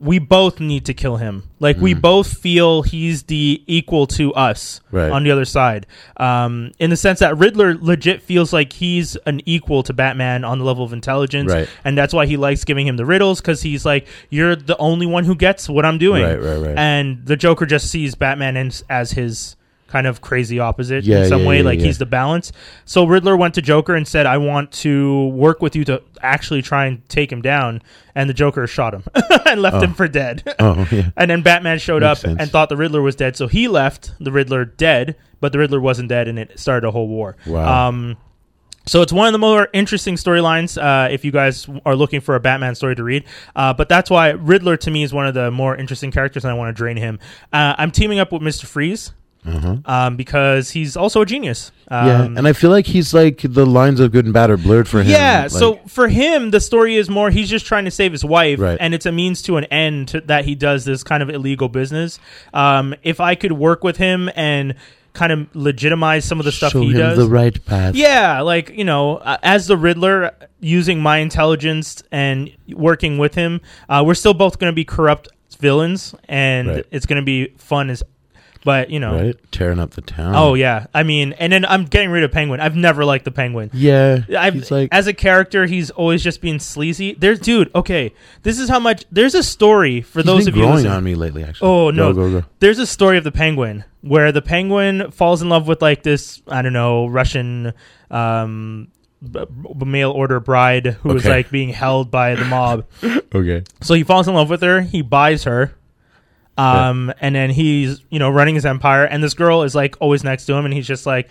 [SPEAKER 4] "We both need to kill him. Like we
[SPEAKER 5] Mm.
[SPEAKER 4] both feel he's the equal to us
[SPEAKER 5] Right.
[SPEAKER 4] on the other side." Um, in the sense that Riddler legit feels like he's an equal to Batman on the level of intelligence,
[SPEAKER 5] Right.
[SPEAKER 4] and that's why he likes giving him the riddles because he's like, "You're the only one who gets what I'm doing."
[SPEAKER 5] Right, right, right.
[SPEAKER 4] And the Joker just sees Batman as, as his kind of crazy opposite
[SPEAKER 5] Yeah,
[SPEAKER 4] in some
[SPEAKER 5] yeah,
[SPEAKER 4] way.
[SPEAKER 5] yeah,
[SPEAKER 4] like
[SPEAKER 5] yeah.
[SPEAKER 4] he's the balance. So Riddler went to Joker and said, "I want to work with you to actually try and take him down." And the Joker shot him and left him for dead.
[SPEAKER 5] Oh yeah.
[SPEAKER 4] And then Batman showed
[SPEAKER 5] Makes
[SPEAKER 4] up
[SPEAKER 5] sense.
[SPEAKER 4] and thought the Riddler was dead, so he left the Riddler dead, but the Riddler wasn't dead, and it started a whole war.
[SPEAKER 5] Wow.
[SPEAKER 4] Um, so it's one of the more interesting storylines uh, if you guys are looking for a Batman story to read. Uh, but that's why Riddler to me is one of the more interesting characters, and I want to drain him. Uh, I'm teaming up with Mister Freeze um, because he's also a genius. Um,
[SPEAKER 5] Uh-huh. yeah, and I feel like he's like the lines of good and bad are blurred for him.
[SPEAKER 4] yeah,
[SPEAKER 5] like-
[SPEAKER 4] so for him, the story is more he's just trying to save his wife,
[SPEAKER 5] Right.
[SPEAKER 4] and it's a means to an end to, that he does this kind of illegal business. Um, if I could work with him and kind of legitimize some of the stuff
[SPEAKER 5] show
[SPEAKER 4] he
[SPEAKER 5] him
[SPEAKER 4] does,
[SPEAKER 5] the right path.
[SPEAKER 4] yeah, like you know, uh, as the Riddler, using my intelligence and working with him, uh, we're still both going to be corrupt villains, and
[SPEAKER 5] Right.
[SPEAKER 4] it's going to be fun as, but you know.
[SPEAKER 5] right, tearing up the town.
[SPEAKER 4] Oh yeah, I mean, and then I'm getting rid of Penguin. I've never liked the Penguin.
[SPEAKER 5] yeah.
[SPEAKER 4] I've,
[SPEAKER 5] he's like
[SPEAKER 4] as a character, he's always just being sleazy. There's, dude. Okay, this is how much. There's a story for
[SPEAKER 5] he's
[SPEAKER 4] those
[SPEAKER 5] been
[SPEAKER 4] of you.
[SPEAKER 5] growing
[SPEAKER 4] listening-
[SPEAKER 5] on me lately. Actually,
[SPEAKER 4] Oh no,
[SPEAKER 5] go go go.
[SPEAKER 4] there's a story of the penguin where the penguin falls in love with like this. I don't know Russian. Um, b- b- mail order bride who was
[SPEAKER 5] Okay.
[SPEAKER 4] like being held by the mob.
[SPEAKER 5] Okay,
[SPEAKER 4] so he falls in love with her. He buys her, um, and then he's you know running his empire. And this girl is like always next to him, and he's just like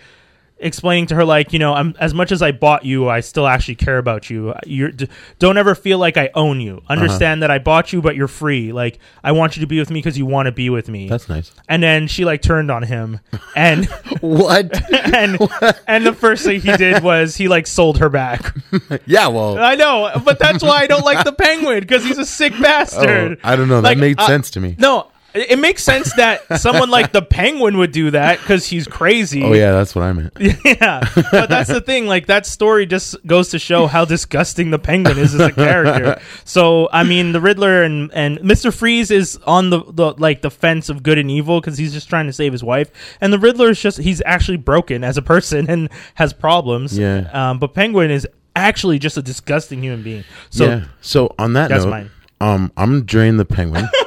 [SPEAKER 4] explaining to her like you know I'm as much as I bought you, I still actually care about you. You d- don't ever feel like I own you.
[SPEAKER 5] Uh-huh.
[SPEAKER 4] Understand that I bought you, but you're free. Like I want you to be with me because you want to be with me.
[SPEAKER 5] that's nice.
[SPEAKER 4] and then she like turned on him and
[SPEAKER 5] what?
[SPEAKER 4] and and the first thing he did was he like sold her back
[SPEAKER 5] yeah, well,
[SPEAKER 4] I know, but that's why I don't like the penguin because he's a sick bastard.
[SPEAKER 5] Oh. Oh, I don't know. That
[SPEAKER 4] Like,
[SPEAKER 5] made
[SPEAKER 4] uh,
[SPEAKER 5] sense to me.
[SPEAKER 4] No, it it makes sense that someone like the penguin would do that because he's crazy.
[SPEAKER 5] Oh yeah, that's what I meant.
[SPEAKER 4] yeah. But that's the thing. Like that story just goes to show how disgusting the penguin is as a character. So I mean, the Riddler and and Mister Freeze is on the, the like the fence of good and evil because he's just trying to save his wife, and the Riddler is just he's actually broken as a person and has problems.
[SPEAKER 5] Yeah.
[SPEAKER 4] Um, but Penguin is actually just a disgusting human being. So.
[SPEAKER 5] So, yeah. So on that
[SPEAKER 4] That's
[SPEAKER 5] note,
[SPEAKER 4] mine.
[SPEAKER 5] um, I'm gonna drain the penguin.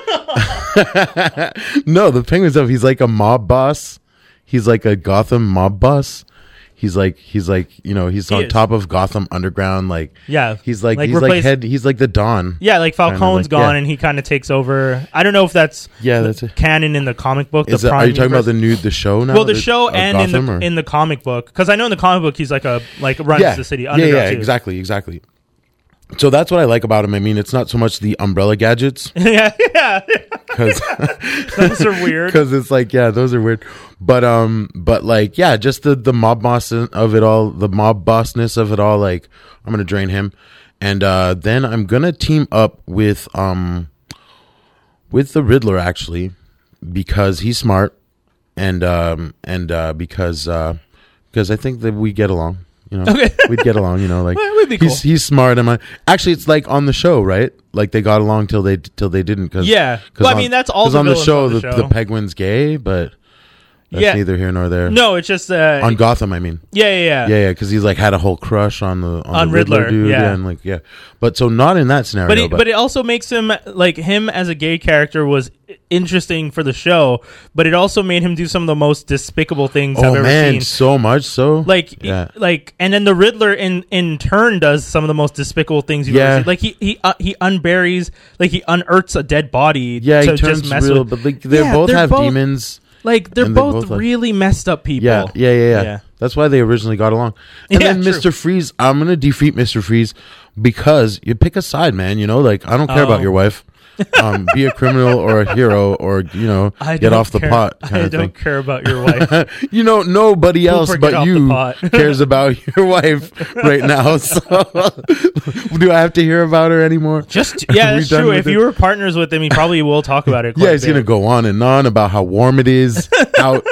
[SPEAKER 5] no, the penguin's up. He's like a mob boss. He's like a Gotham mob boss. He's like he's like you know he's on
[SPEAKER 4] is.
[SPEAKER 5] top of Gotham Underground. Like
[SPEAKER 4] Yeah.
[SPEAKER 5] he's like,
[SPEAKER 4] Like,
[SPEAKER 5] he's like
[SPEAKER 4] replace-
[SPEAKER 5] head. He's like the Don.
[SPEAKER 4] Yeah, like
[SPEAKER 5] Kinda
[SPEAKER 4] Falcone's
[SPEAKER 5] like-
[SPEAKER 4] gone
[SPEAKER 5] yeah.
[SPEAKER 4] and he kind of takes over. I don't know if that's
[SPEAKER 5] Yeah, that's it.
[SPEAKER 4] canon in the comic book.
[SPEAKER 5] Is
[SPEAKER 4] the
[SPEAKER 5] that, are
[SPEAKER 4] Prime
[SPEAKER 5] you talking
[SPEAKER 4] universe.
[SPEAKER 5] about the new the show now?
[SPEAKER 4] well, the
[SPEAKER 5] that-
[SPEAKER 4] show
[SPEAKER 5] of
[SPEAKER 4] and in
[SPEAKER 5] Gotham,
[SPEAKER 4] the
[SPEAKER 5] or-
[SPEAKER 4] in the comic book because I know in the comic book he's like a like runs
[SPEAKER 5] yeah.
[SPEAKER 4] the city
[SPEAKER 5] Yeah,
[SPEAKER 4] underground
[SPEAKER 5] yeah,
[SPEAKER 4] too.
[SPEAKER 5] exactly, exactly. So that's what I like about him. I mean, it's not so much the umbrella gadgets
[SPEAKER 4] yeah, yeah,
[SPEAKER 5] because
[SPEAKER 4] those are weird.
[SPEAKER 5] because it's like yeah those are weird but um but like yeah just the the mob boss of it all the mob bossness of it all like i'm gonna drain him and uh then i'm gonna team up with um with the riddler actually because he's smart and um and uh because uh because i think that we get along you know
[SPEAKER 4] Okay.
[SPEAKER 5] we'd get along you know like
[SPEAKER 4] Well, it would be
[SPEAKER 5] he's he's smart and I, actually it's like on the show right like they got along till they till they didn't because
[SPEAKER 4] Yeah. Well, I mean, that's all the
[SPEAKER 5] on the
[SPEAKER 4] villains
[SPEAKER 5] show,
[SPEAKER 4] on the
[SPEAKER 5] the,
[SPEAKER 4] show.
[SPEAKER 5] the penguin's gay, but that's
[SPEAKER 4] Yeah.
[SPEAKER 5] neither here nor there.
[SPEAKER 4] No, it's just uh,
[SPEAKER 5] on Gotham, I mean,
[SPEAKER 4] yeah, yeah, yeah.
[SPEAKER 5] yeah, yeah, because he's like had a whole crush on the on,
[SPEAKER 4] On
[SPEAKER 5] the Riddler,
[SPEAKER 4] Riddler,
[SPEAKER 5] dude,
[SPEAKER 4] yeah.
[SPEAKER 5] yeah. and like yeah, but so not in that scenario,
[SPEAKER 4] But
[SPEAKER 5] but,
[SPEAKER 4] it, but it also makes him like him as a gay character was interesting for the show, but it also made him do some of the most despicable things I've
[SPEAKER 5] oh
[SPEAKER 4] ever
[SPEAKER 5] man,
[SPEAKER 4] seen.
[SPEAKER 5] so much so
[SPEAKER 4] Like,
[SPEAKER 5] yeah.
[SPEAKER 4] like, and then the Riddler in in turn does some of the most despicable things you've
[SPEAKER 5] Yeah.
[SPEAKER 4] ever seen. Like he he uh, he unburies, like he unearths a dead body.
[SPEAKER 5] yeah,
[SPEAKER 4] to
[SPEAKER 5] he turns
[SPEAKER 4] just mess
[SPEAKER 5] real,
[SPEAKER 4] with.
[SPEAKER 5] but like they
[SPEAKER 4] Yeah,
[SPEAKER 5] both
[SPEAKER 4] they're
[SPEAKER 5] have
[SPEAKER 4] both-
[SPEAKER 5] demons.
[SPEAKER 4] Like they're
[SPEAKER 5] And they're
[SPEAKER 4] both,
[SPEAKER 5] both, like-
[SPEAKER 4] really messed up people.
[SPEAKER 5] Yeah, yeah, yeah, yeah, That's why they originally got along. And
[SPEAKER 4] Yeah,
[SPEAKER 5] then
[SPEAKER 4] true.
[SPEAKER 5] Mr. Freeze, I'm gonna defeat Mr. Freeze because you pick a side, man. You know, like I don't care
[SPEAKER 4] Oh.
[SPEAKER 5] about your wife. um, be a criminal or a hero, or you know,
[SPEAKER 4] I
[SPEAKER 5] get
[SPEAKER 4] don't
[SPEAKER 5] off the
[SPEAKER 4] care-
[SPEAKER 5] pot. Kind
[SPEAKER 4] I
[SPEAKER 5] of
[SPEAKER 4] don't
[SPEAKER 5] thing.
[SPEAKER 4] care about your wife.
[SPEAKER 5] you know, nobody else
[SPEAKER 4] Cooper, get
[SPEAKER 5] but
[SPEAKER 4] off the
[SPEAKER 5] you
[SPEAKER 4] pot.
[SPEAKER 5] cares about your wife right now. So, do I have to hear about her anymore?
[SPEAKER 4] Just yeah,
[SPEAKER 5] We
[SPEAKER 4] that's
[SPEAKER 5] done
[SPEAKER 4] true.
[SPEAKER 5] with
[SPEAKER 4] If
[SPEAKER 5] it?
[SPEAKER 4] you were partners with him, he probably will talk about it. Quite
[SPEAKER 5] yeah,
[SPEAKER 4] a
[SPEAKER 5] he's
[SPEAKER 4] bit.
[SPEAKER 5] gonna go on and on about how warm it is out.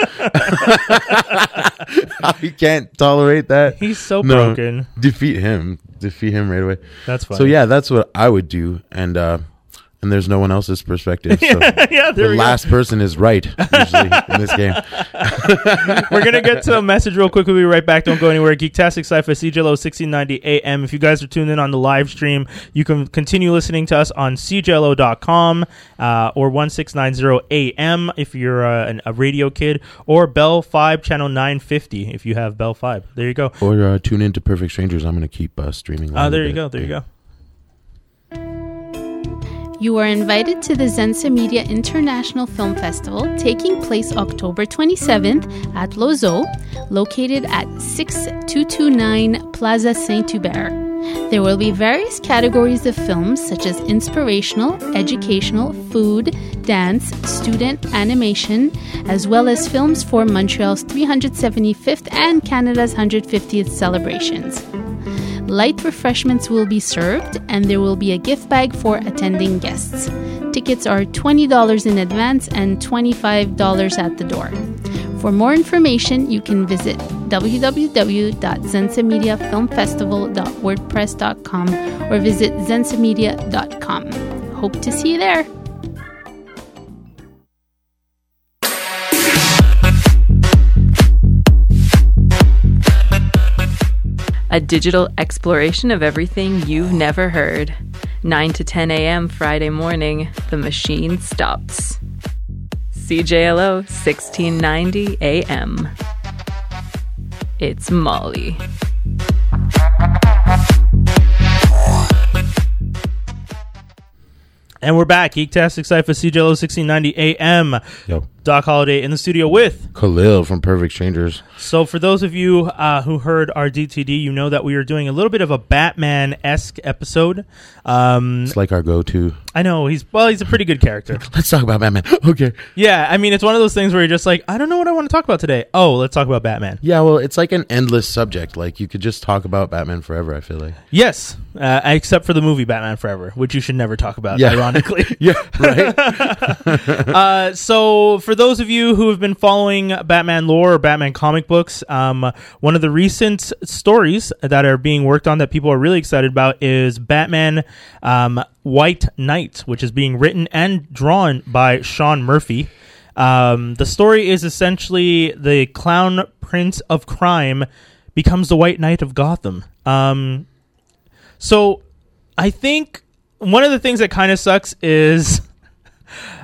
[SPEAKER 5] how he can't tolerate that.
[SPEAKER 4] He's so
[SPEAKER 5] No.
[SPEAKER 4] broken.
[SPEAKER 5] Defeat him. Defeat him right away.
[SPEAKER 4] That's fine.
[SPEAKER 5] So yeah, that's what I would do, and uh, and there's no one else's perspective. So
[SPEAKER 4] yeah, there
[SPEAKER 5] the
[SPEAKER 4] we go.
[SPEAKER 5] last person is right usually in this game.
[SPEAKER 4] We're gonna get to a message real quick. We'll be right back. Don't go anywhere. Geektastic Cypher, CJLO sixteen ninety AM. If you guys are tuned in on the live stream, you can continue listening to us on CJLO.com uh, or one six nine zero AM if you're uh, an, a radio kid, or Bell Five channel nine fifty if you have Bell Five. There you go.
[SPEAKER 5] Or uh, tune into Perfect Strangers. I'm going to keep uh, streaming. a
[SPEAKER 4] Uh,
[SPEAKER 5] little
[SPEAKER 4] there you
[SPEAKER 5] bit.
[SPEAKER 4] go. There you go.
[SPEAKER 6] You are invited to the Zensa Media International Film Festival taking place October 27th at Lozo, located at 6229 Plaza Saint Hubert. There will be various categories of films such as inspirational, educational, food, dance, student, animation, as well as films for Montreal's 375th and Canada's 150th celebrations. Light refreshments will be served, and there will be a gift bag for attending guests. Tickets are $20 in advance and $25 at the door. For more information, you can visit www.zensamediafilmfestival.wordpress.com or visit zensamedia.com. Hope to see you there!
[SPEAKER 7] a digital exploration of everything you've never heard. 9 to 10 a.m. Friday morning, the machine stops. CJLO 1690 a.m. It's Molly.
[SPEAKER 4] And we're back. Geektastic Cypher, CJLO sixteen ninety AM.
[SPEAKER 5] Yo,
[SPEAKER 4] Doc Holiday in the studio with
[SPEAKER 5] Khalil from Perfect Strangers.
[SPEAKER 4] So, for those of you uh, who heard our DTD, you know that we are doing a little bit of a Batman esque episode. Um,
[SPEAKER 5] It's like our go-to.
[SPEAKER 4] I know he's well, he's a pretty good character.
[SPEAKER 5] Let's talk about Batman. okay.
[SPEAKER 4] Yeah, I mean, it's one of those things where you're just like, I don't know what I want to talk about today. Oh, let's talk about Batman.
[SPEAKER 5] Yeah, well, it's like an endless subject. Like you could just talk about Batman forever. I feel like.
[SPEAKER 4] Yes, uh, except for the movie Batman Forever, which you should never talk about,
[SPEAKER 5] Yeah.
[SPEAKER 4] ironically.
[SPEAKER 5] Yeah. Right.
[SPEAKER 4] Uh, so, for those of you who have been following Batman lore or Batman comic books, um, one of the recent stories that are being worked on that people are really excited about is Batman um, White Knight, which is being written and drawn by Sean Murphy. Um, the story is essentially the clown prince of crime becomes the White Knight of Gotham. Um, so, I think one of the things that kind of sucks is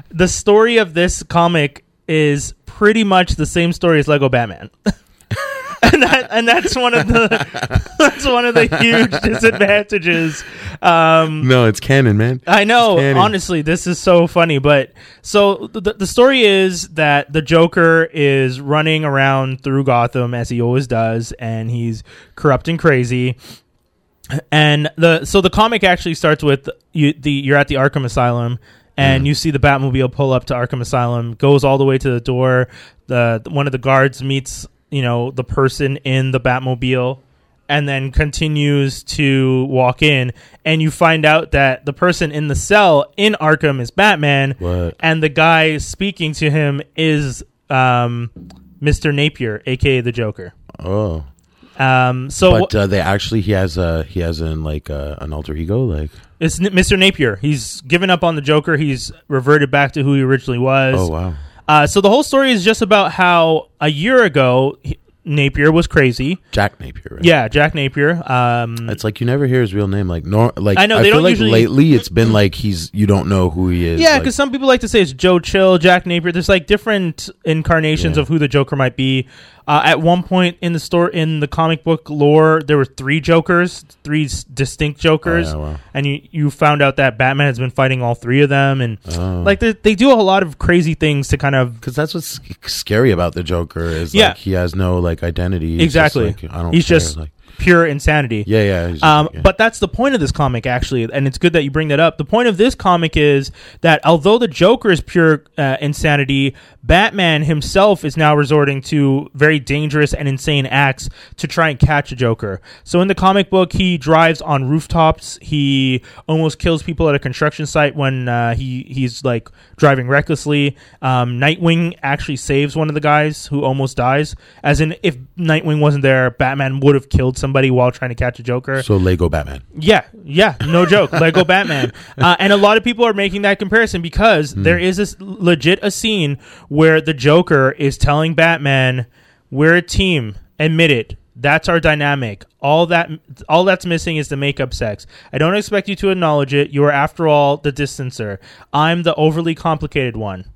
[SPEAKER 4] the story of this comic is pretty much the same story as Lego Batman. and that and that's one of the that's one of the huge disadvantages. Um
[SPEAKER 5] no, it's canon, man.
[SPEAKER 4] I know.
[SPEAKER 5] It's canon.
[SPEAKER 4] Honestly, this is so funny. But so the, the story is that the Joker is running around through Gotham as he always does, and he's corrupt and crazy. And the so the comic actually starts with you the you're at the Arkham Asylum.
[SPEAKER 5] Mm-hmm.
[SPEAKER 4] And you see the Batmobile pull up to Arkham Asylum, goes all the way to the door. The one of the guards meets, you know, the person in the Batmobile, and then continues to walk in and you find out that the person in the cell in Arkham is Batman
[SPEAKER 5] What?
[SPEAKER 4] and the guy speaking to him is um, Mr. Napier aka the Joker.
[SPEAKER 5] Oh,
[SPEAKER 4] Um, so
[SPEAKER 5] but uh, they actually he has a he has an like uh, an alter ego. Like
[SPEAKER 4] it's N- Mr. Napier. He's given up on the Joker. He's reverted back to who he originally was.
[SPEAKER 5] oh wow,
[SPEAKER 4] Uh, so the whole story is just about how a year ago he- Napier was crazy.
[SPEAKER 5] Jack Napier. Right?
[SPEAKER 4] Yeah, Jack Napier. Um,
[SPEAKER 5] It's like you never hear his real name. Like nor like
[SPEAKER 4] I know, they
[SPEAKER 5] feel
[SPEAKER 4] don't
[SPEAKER 5] like
[SPEAKER 4] usually-
[SPEAKER 5] lately it's been like he's you don't know who he is.
[SPEAKER 4] Yeah,
[SPEAKER 5] like,
[SPEAKER 4] because some people like to say it's Joe Chill, Jack Napier. There's like different incarnations
[SPEAKER 5] Yeah.
[SPEAKER 4] of who the Joker might be. Uh, at one point in the store, in the comic book lore, there were three Jokers, three s- distinct Jokers,
[SPEAKER 5] Oh, wow.
[SPEAKER 4] and you you found out that Batman has been fighting all three of them, and
[SPEAKER 5] Oh.
[SPEAKER 4] like they, they do a lot of crazy things to kind of
[SPEAKER 5] Because that's what's sc- scary about the Joker is
[SPEAKER 4] Yeah.
[SPEAKER 5] like he has no like identity. He's just
[SPEAKER 4] exactly.
[SPEAKER 5] like, I don't.
[SPEAKER 4] he's
[SPEAKER 5] care,
[SPEAKER 4] just
[SPEAKER 5] like
[SPEAKER 4] pure insanity.
[SPEAKER 5] yeah, yeah. he's just
[SPEAKER 4] Um,
[SPEAKER 5] like, yeah.
[SPEAKER 4] But that's the point of this comic, actually, and it's good that you bring that up. The point of this comic is that although the Joker is pure uh, insanity, Batman himself is now resorting to very dangerous and insane acts to try and catch a Joker. So in the comic book, he drives on rooftops. He almost kills people at a construction site when uh, he he's like driving recklessly. Um, Nightwing actually saves one of the guys who almost dies. As in, if Nightwing wasn't there, Batman would have killed somebody while trying to catch a Joker.
[SPEAKER 5] So Lego Batman.
[SPEAKER 4] Yeah, yeah, no joke. Lego Batman, uh, and a lot of people are making that comparison because there is this legit a scene where the Joker is telling Batman, "We're a team. Admit it. That's our dynamic. All that, all that's missing is the makeup sex. I don't expect you to acknowledge it. You are, after all, the distancer. I'm the overly complicated one."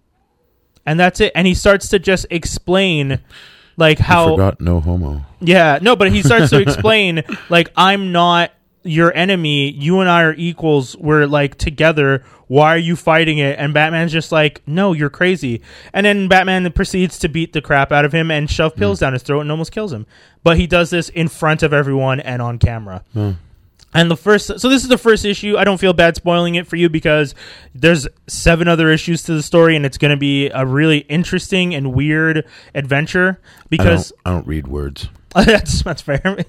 [SPEAKER 4] And that's it. And he starts to just explain, like
[SPEAKER 5] I
[SPEAKER 4] how
[SPEAKER 5] forgot no homo.
[SPEAKER 4] yeah, no, but he starts to explain like I'm not your enemy. You and I are equals. We're like together. Why are you fighting it? And Batman's just like, no, you're crazy. And then Batman proceeds to beat the crap out of him and shove pills down his throat and almost kills him. But he does this in front of everyone and on camera. And the first, so this is the first issue. I don't feel bad spoiling it for you because there's seven other issues to the story, and it's going to be a really interesting and weird adventure.
[SPEAKER 5] I don't,
[SPEAKER 4] Because
[SPEAKER 5] I don't read words.
[SPEAKER 4] that's that's fair.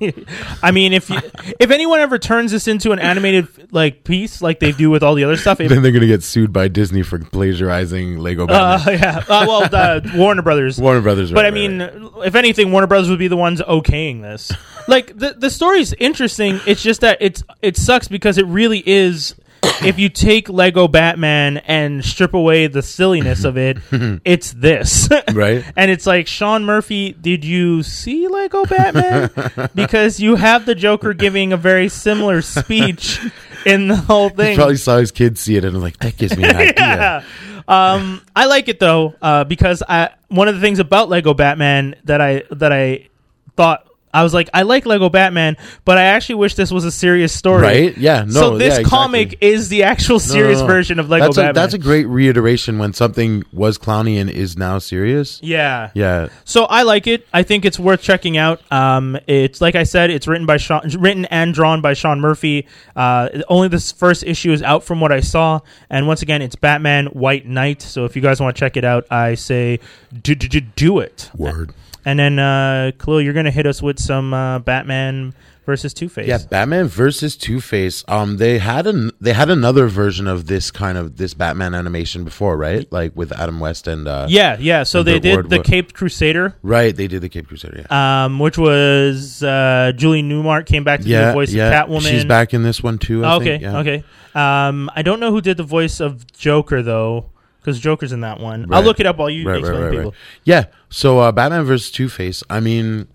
[SPEAKER 4] I mean, if you, if anyone ever turns this into an animated like piece, like they do with all the other stuff, if,
[SPEAKER 5] Then they're gonna get sued by Disney for plagiarizing Lego Batman.
[SPEAKER 4] uh, yeah, uh, well, uh, Warner Brothers.
[SPEAKER 5] Warner Brothers.
[SPEAKER 4] But
[SPEAKER 5] right,
[SPEAKER 4] I
[SPEAKER 5] right,
[SPEAKER 4] mean,
[SPEAKER 5] right.
[SPEAKER 4] if anything, Warner Brothers would be the ones okaying this. like the the story's interesting. It's just that it's it sucks because it really is. If you take Lego Batman and strip away the silliness of it, it's this.
[SPEAKER 5] Right.
[SPEAKER 4] And it's like Sean Murphy. Did you see Lego Batman? because you have the Joker giving a very similar speech in the whole
[SPEAKER 5] He
[SPEAKER 4] thing.
[SPEAKER 5] probably saw his kids see it and was like, that gives me an idea.
[SPEAKER 4] Yeah. Um, I like it though uh, because I one of the things about Lego Batman that I that I thought I was like I like Lego Batman, but I actually wish this was a serious story.
[SPEAKER 5] Right? Yeah. No.
[SPEAKER 4] so this
[SPEAKER 5] yeah, exactly.
[SPEAKER 4] comic is the actual
[SPEAKER 5] No, no,
[SPEAKER 4] serious
[SPEAKER 5] no.
[SPEAKER 4] version of Lego
[SPEAKER 5] that's
[SPEAKER 4] Batman.
[SPEAKER 5] A, that's a great reiteration when something was clowny and is now serious.
[SPEAKER 4] yeah.
[SPEAKER 5] Yeah.
[SPEAKER 4] So I like it. I think it's worth checking out. Um, it's like I said, it's written by Sean, written and drawn by Sean Murphy. Uh, only this first issue is out from what I saw, and once again, it's Batman White Knight. So if you guys want to check it out, I say do do do, do it.
[SPEAKER 5] Word.
[SPEAKER 4] And then uh, Khalil, you're gonna hit us with some uh, Batman versus Two Face.
[SPEAKER 5] Yeah, Batman versus Two Face. Um, they had an they had another version of this kind of this Batman animation before, right? Like with Adam West and uh,
[SPEAKER 4] yeah, yeah. So
[SPEAKER 5] And
[SPEAKER 4] they
[SPEAKER 5] the
[SPEAKER 4] did
[SPEAKER 5] word
[SPEAKER 4] the
[SPEAKER 5] wa-
[SPEAKER 4] Caped Crusader.
[SPEAKER 5] right. They did the Cape Crusader. Yeah,
[SPEAKER 4] Um, which was uh, Julie Newmar came back to do
[SPEAKER 5] yeah,
[SPEAKER 4] the voice
[SPEAKER 5] yeah.
[SPEAKER 4] of Catwoman. Oh,
[SPEAKER 5] She's back in this one too. I
[SPEAKER 4] okay,
[SPEAKER 5] think. Yeah.
[SPEAKER 4] okay. Um, I don't know who did the voice of Joker though, because Joker's in that one. I'll
[SPEAKER 5] Right.
[SPEAKER 4] look it up while you
[SPEAKER 5] right, right,
[SPEAKER 4] explain
[SPEAKER 5] right,
[SPEAKER 4] people.
[SPEAKER 5] right. Yeah. So uh, Batman versus Two Face. I mean,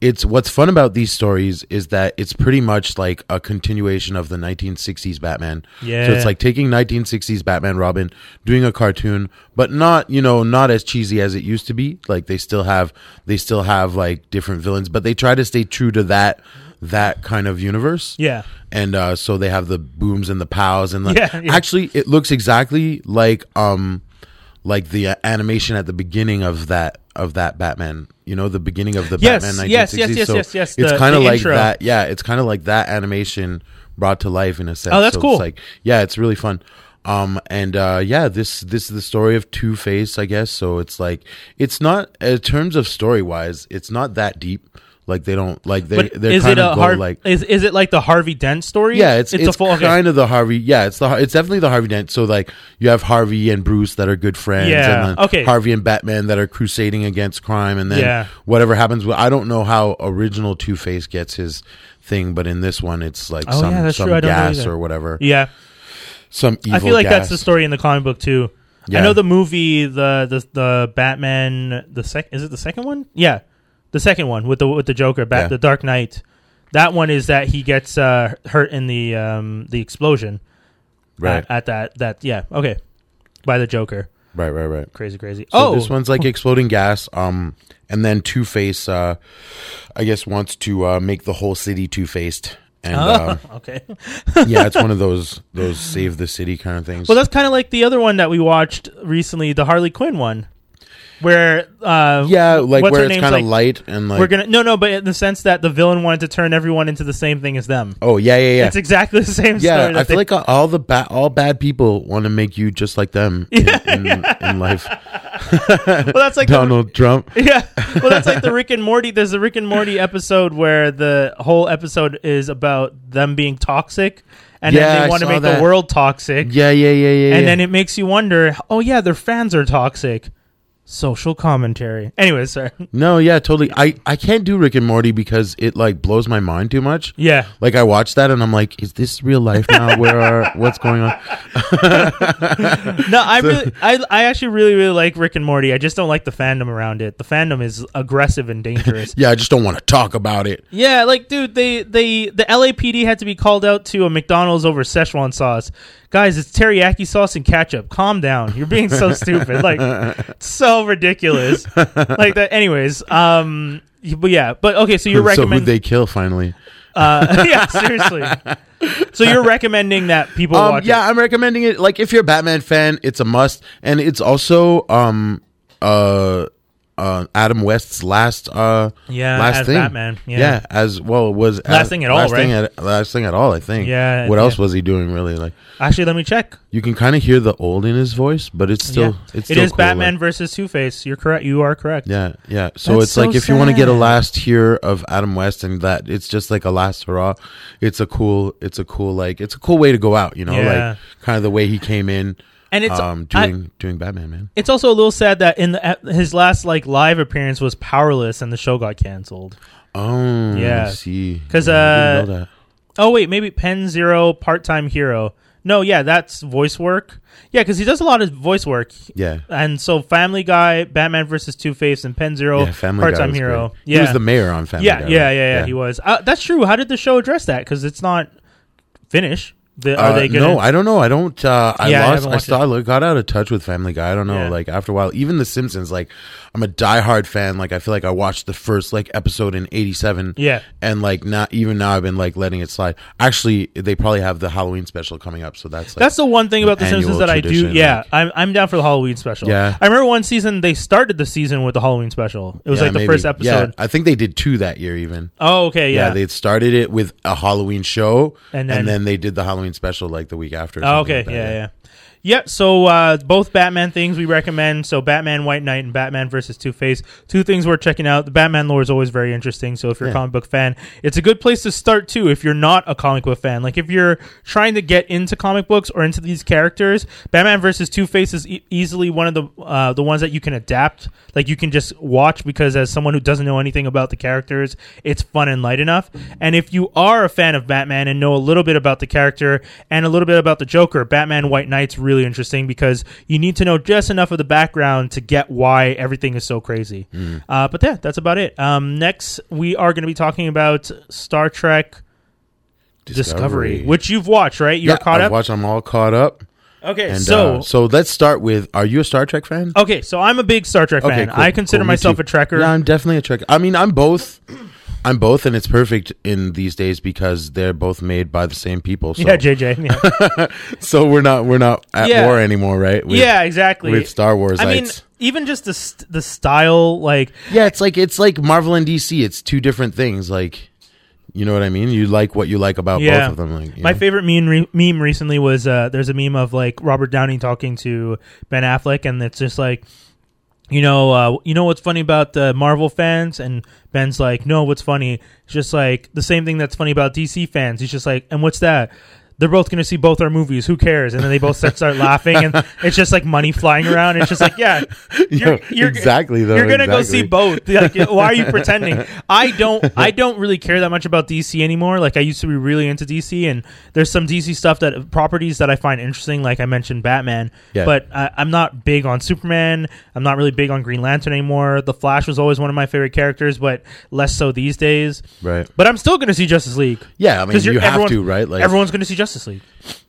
[SPEAKER 5] it's what's fun about these stories is that it's pretty much like a continuation of the 1960s Batman. So
[SPEAKER 4] Yeah.
[SPEAKER 5] it's like taking 1960s Batman Robin, doing a cartoon, but not you know not as cheesy as it used to be. Like they still have they still have like different villains, but they try to stay true to that that kind of universe
[SPEAKER 4] Yeah,
[SPEAKER 5] and uh, so they have the booms and the pows and the,
[SPEAKER 4] Yeah, yeah.
[SPEAKER 5] actually it looks exactly like um like the uh, animation at the beginning of that of that Batman you know the beginning of the
[SPEAKER 4] Yes,
[SPEAKER 5] Batman 1960s
[SPEAKER 4] yes, yes, yes,
[SPEAKER 5] so
[SPEAKER 4] yes, yes,
[SPEAKER 5] it's
[SPEAKER 4] the-
[SPEAKER 5] kind of
[SPEAKER 4] the
[SPEAKER 5] like
[SPEAKER 4] intro.
[SPEAKER 5] that yeah it's kind of like that animation brought to life in a sense
[SPEAKER 4] Oh, that's
[SPEAKER 5] So
[SPEAKER 4] cool.
[SPEAKER 5] it's like yeah it's really fun um and uh yeah this this is the story of Two Face I guess so it's like it's not in terms of story wise it's not that deep like they don't like they
[SPEAKER 4] but
[SPEAKER 5] they're
[SPEAKER 4] is
[SPEAKER 5] kind
[SPEAKER 4] it a
[SPEAKER 5] of go
[SPEAKER 4] Harvey?
[SPEAKER 5] like
[SPEAKER 4] is is it like the Harvey Dent story?
[SPEAKER 5] yeah, it's it's,
[SPEAKER 4] a full. okay.
[SPEAKER 5] kind of the Harvey. Yeah, it's the Har- it's definitely the Harvey Dent. So like you have Harvey and Bruce that are good friends.
[SPEAKER 4] Yeah,
[SPEAKER 5] And then
[SPEAKER 4] okay.
[SPEAKER 5] Harvey and Batman that are crusading against crime, and then
[SPEAKER 4] Yeah.
[SPEAKER 5] whatever happens. Well, I don't know how original Two Face gets his thing, but in this one, it's like
[SPEAKER 4] Oh,
[SPEAKER 5] some
[SPEAKER 4] yeah, that's
[SPEAKER 5] some
[SPEAKER 4] true. I don't know
[SPEAKER 5] gas
[SPEAKER 4] either.
[SPEAKER 5] or whatever.
[SPEAKER 4] yeah.
[SPEAKER 5] Some evil.
[SPEAKER 4] I feel like that's the
[SPEAKER 5] gas.
[SPEAKER 4] story in the comic book too. I
[SPEAKER 5] Yeah.
[SPEAKER 4] know the movie, the the the Batman, the second is it the second one? Yeah, the second one with the with the Joker, Bat,
[SPEAKER 5] Yeah.
[SPEAKER 4] the Dark Knight. That one is that he gets uh, hurt in the um, the explosion
[SPEAKER 5] Right,
[SPEAKER 4] at, at that that yeah okay by the Joker.
[SPEAKER 5] right, right, right.
[SPEAKER 4] Crazy, crazy.
[SPEAKER 5] So
[SPEAKER 4] oh,
[SPEAKER 5] this one's like exploding gas. Um, and then Two Face, uh, I guess, wants to uh, make the whole city Two Faced. And
[SPEAKER 4] Oh.
[SPEAKER 5] um,
[SPEAKER 4] okay.
[SPEAKER 5] yeah, it's one of those those save the city kind of things.
[SPEAKER 4] Well, that's kind of like the other one that we watched recently, the Harley Quinn one, where uh,
[SPEAKER 5] Yeah, like
[SPEAKER 4] what's
[SPEAKER 5] where
[SPEAKER 4] her
[SPEAKER 5] it's
[SPEAKER 4] name's,
[SPEAKER 5] kind of
[SPEAKER 4] like,
[SPEAKER 5] light and like.
[SPEAKER 4] we're gonna no no, but in the sense that the villain wanted to turn everyone into the same thing as them.
[SPEAKER 5] oh yeah, yeah, yeah.
[SPEAKER 4] It's exactly the same
[SPEAKER 5] yeah,
[SPEAKER 4] story. that
[SPEAKER 5] I feel
[SPEAKER 4] they-
[SPEAKER 5] like all the ba- all bad people want to make you just like them in, in, in life.
[SPEAKER 4] well, that's like the,
[SPEAKER 5] Donald Trump.
[SPEAKER 4] yeah. Well, that's like the Rick and Morty. There's a Rick and Morty episode where the whole episode is about them being toxic, and
[SPEAKER 5] Yeah,
[SPEAKER 4] then
[SPEAKER 5] I
[SPEAKER 4] they want to
[SPEAKER 5] saw
[SPEAKER 4] make the
[SPEAKER 5] that.
[SPEAKER 4] world toxic.
[SPEAKER 5] Yeah, yeah, yeah, yeah.
[SPEAKER 4] And
[SPEAKER 5] yeah.
[SPEAKER 4] then it makes you wonder. Oh yeah, their fans are toxic. social commentary. Anyways, sorry.
[SPEAKER 5] No, yeah, totally. I I can't do Rick and Morty because it like blows my mind too much.
[SPEAKER 4] Yeah.
[SPEAKER 5] Like I watch that and I'm like, is this real life now? Where are what's going on?
[SPEAKER 4] No, I really, I, I actually really, really like Rick and Morty. I just don't like the fandom around it. The fandom is aggressive and dangerous.
[SPEAKER 5] Yeah, I just don't want to talk about it.
[SPEAKER 4] yeah, like dude, they, they, the LAPD had to be called out to a McDonald's over Szechuan sauce. Guys, it's teriyaki sauce and ketchup. Calm down. You're being so stupid. Like, it's so ridiculous. Like that. Anyways, um, but yeah, but okay. So you're
[SPEAKER 5] so who'd
[SPEAKER 4] recommending.
[SPEAKER 5] they kill finally?
[SPEAKER 4] Uh, yeah, seriously. So you're recommending that people
[SPEAKER 5] Um,
[SPEAKER 4] watch
[SPEAKER 5] yeah,
[SPEAKER 4] it.
[SPEAKER 5] I'm recommending it. Like if you're a Batman fan, it's a must, and it's also um uh. Uh, Adam West's last uh
[SPEAKER 4] Yeah,
[SPEAKER 5] last
[SPEAKER 4] as
[SPEAKER 5] thing
[SPEAKER 4] Batman, yeah.
[SPEAKER 5] as well was
[SPEAKER 4] Last
[SPEAKER 5] as-
[SPEAKER 4] thing at all,
[SPEAKER 5] last thing
[SPEAKER 4] right?
[SPEAKER 5] at, last thing at all I think
[SPEAKER 4] Yeah,
[SPEAKER 5] what
[SPEAKER 4] yeah.
[SPEAKER 5] else was he doing really like
[SPEAKER 4] Actually, let me check.
[SPEAKER 5] you can kind of hear the old in his voice but it's still
[SPEAKER 4] yeah.
[SPEAKER 5] it's
[SPEAKER 4] It
[SPEAKER 5] still
[SPEAKER 4] is
[SPEAKER 5] cool,
[SPEAKER 4] Batman
[SPEAKER 5] like-
[SPEAKER 4] versus Two Face. You're correct. You are correct.
[SPEAKER 5] yeah yeah so
[SPEAKER 4] That's
[SPEAKER 5] it's like
[SPEAKER 4] so
[SPEAKER 5] if you want to get a
[SPEAKER 4] sad.
[SPEAKER 5] last here of Adam West and that it's just like a last hurrah it's a cool it's a cool like it's a cool way to go out you know
[SPEAKER 4] Yeah.
[SPEAKER 5] like kind of the way he came in
[SPEAKER 4] And it's
[SPEAKER 5] um
[SPEAKER 4] I-
[SPEAKER 5] doing doing Batman man
[SPEAKER 4] it's also a little sad that in the, at his last like live appearance was powerless and the show got canceled.
[SPEAKER 5] Oh,
[SPEAKER 4] Yeah.
[SPEAKER 5] I see.
[SPEAKER 4] 'Cause,
[SPEAKER 5] Yeah, I didn't
[SPEAKER 4] uh,
[SPEAKER 5] know that.
[SPEAKER 4] Oh wait, maybe Pen Zero Part Time Hero. No, yeah, that's voice work. Yeah, because he does a lot of voice work.
[SPEAKER 5] yeah.
[SPEAKER 4] And so Family Guy, Batman versus Two Face, and Pen Zero
[SPEAKER 5] yeah, Family
[SPEAKER 4] Part
[SPEAKER 5] Guy
[SPEAKER 4] Time
[SPEAKER 5] was
[SPEAKER 4] Hero.
[SPEAKER 5] great.
[SPEAKER 4] Yeah,
[SPEAKER 5] He was the mayor on Family
[SPEAKER 4] yeah,
[SPEAKER 5] Guy.
[SPEAKER 4] yeah,
[SPEAKER 5] right?
[SPEAKER 4] yeah, yeah, He was. Uh, that's true. How did the show address that? Because it's not finished. The, are
[SPEAKER 5] Uh,
[SPEAKER 4] they gonna,
[SPEAKER 5] no, I don't know. I don't. Uh, I
[SPEAKER 4] Yeah, I
[SPEAKER 5] lost.
[SPEAKER 4] haven't
[SPEAKER 5] I,
[SPEAKER 4] watched
[SPEAKER 5] saw. Like, got out of touch with Family Guy. I don't know.
[SPEAKER 4] Yeah.
[SPEAKER 5] Like after a while, even The Simpsons. Like, I'm a diehard fan. Like, I feel like I watched the first like episode in '87.
[SPEAKER 4] Yeah.
[SPEAKER 5] And like not even now, I've been like letting it slide. Actually, they probably have the Halloween special coming up, so that's like,
[SPEAKER 4] That's the one thing
[SPEAKER 5] an
[SPEAKER 4] about The Simpsons
[SPEAKER 5] annual
[SPEAKER 4] that I do.
[SPEAKER 5] tradition,
[SPEAKER 4] Yeah,
[SPEAKER 5] like-
[SPEAKER 4] I'm, I'm down for the Halloween special.
[SPEAKER 5] Yeah.
[SPEAKER 4] I remember one season they started the season with the Halloween special. It was
[SPEAKER 5] yeah,
[SPEAKER 4] like the
[SPEAKER 5] maybe.
[SPEAKER 4] first episode.
[SPEAKER 5] Yeah, I think they did two that year even.
[SPEAKER 4] Oh, okay,
[SPEAKER 5] Yeah.
[SPEAKER 4] yeah.
[SPEAKER 5] they started it with a Halloween show,
[SPEAKER 4] And
[SPEAKER 5] and
[SPEAKER 4] then-
[SPEAKER 5] then, they did the Halloween special like the week after. or
[SPEAKER 4] oh,
[SPEAKER 5] something
[SPEAKER 4] okay,
[SPEAKER 5] like that,
[SPEAKER 4] yeah, yeah. Yep. so uh, both Batman things we recommend. So Batman White Knight and Batman versus Two Face. Two things we're checking out. The Batman lore is always very interesting. So if you're a
[SPEAKER 5] Yeah.
[SPEAKER 4] comic book fan, it's a good place to start too. If you're not a comic book fan, like if you're trying to get into comic books or into these characters, Batman versus Two Face is e- easily one of the uh, the ones that you can adapt. Like you can just watch because as someone who doesn't know anything about the characters, it's fun and light enough. And if you are a fan of Batman and know a little bit about the character and a little bit about the Joker, Batman White Knight's really interesting because you need to know just enough of the background to get why everything is so crazy.
[SPEAKER 5] Hmm.
[SPEAKER 4] Uh, but yeah, that's about it. Um, next, we are going to be talking about Star Trek Discovery, which you've watched, right? You're
[SPEAKER 5] yeah,
[SPEAKER 4] caught
[SPEAKER 5] I've
[SPEAKER 4] up.
[SPEAKER 5] Watched, I'm all caught up.
[SPEAKER 4] okay,
[SPEAKER 5] And
[SPEAKER 4] so.
[SPEAKER 5] uh, so let's start with: Are you a Star Trek fan?
[SPEAKER 4] Okay, so I'm a big Star Trek fan.
[SPEAKER 5] cool,
[SPEAKER 4] Oh, I consider
[SPEAKER 5] cool, me
[SPEAKER 4] myself
[SPEAKER 5] too.
[SPEAKER 4] a Trekker.
[SPEAKER 5] Yeah, I'm definitely a Trekker. I mean, I'm both. I'm both, and it's perfect in these days because they're both made by the same people. So,
[SPEAKER 4] Yeah, JJ. Yeah,
[SPEAKER 5] so we're not we're not at
[SPEAKER 4] Yeah.
[SPEAKER 5] war anymore, right? With,
[SPEAKER 4] Yeah, exactly.
[SPEAKER 5] With Star Wars,
[SPEAKER 4] I mean, even just the st- the style, like
[SPEAKER 5] Yeah, it's like it's like Marvel and DC. It's two different things. Like, you know what I mean? You like what you like about
[SPEAKER 4] yeah,
[SPEAKER 5] both of them. Like, you
[SPEAKER 4] my
[SPEAKER 5] know?
[SPEAKER 4] favorite meme re- meme recently was uh, there's a meme of like Robert Downey talking to Ben Affleck, and it's just like. You know, uh, you know what's funny about the Marvel fans, and Ben's like, "No, what's funny? It's just like the same thing that's funny about DC fans." He's just like, "And what's that? They're both going to see both our movies. Who cares?" And then they both start start laughing, and it's just like money flying around. It's just like, yeah,
[SPEAKER 5] Yeah, exactly, though,
[SPEAKER 4] You're gonna go
[SPEAKER 5] exactly.
[SPEAKER 4] see both. Like, why are you pretending? I don't. I don't really care that much about DC anymore. Like I used to be really into DC, and there's some DC stuff that properties that I find interesting. Like I mentioned, Batman.
[SPEAKER 5] Yeah.
[SPEAKER 4] But I, I'm not big on Superman. I'm not really big on Green Lantern anymore. The Flash was always one of my favorite characters, but less so these days.
[SPEAKER 5] Right.
[SPEAKER 4] But I'm still gonna see Justice League.
[SPEAKER 5] Yeah, I mean,
[SPEAKER 4] 'Cause you're-
[SPEAKER 5] you have
[SPEAKER 4] everyone-
[SPEAKER 5] to, right? Like,
[SPEAKER 4] everyone's gonna see Justice League.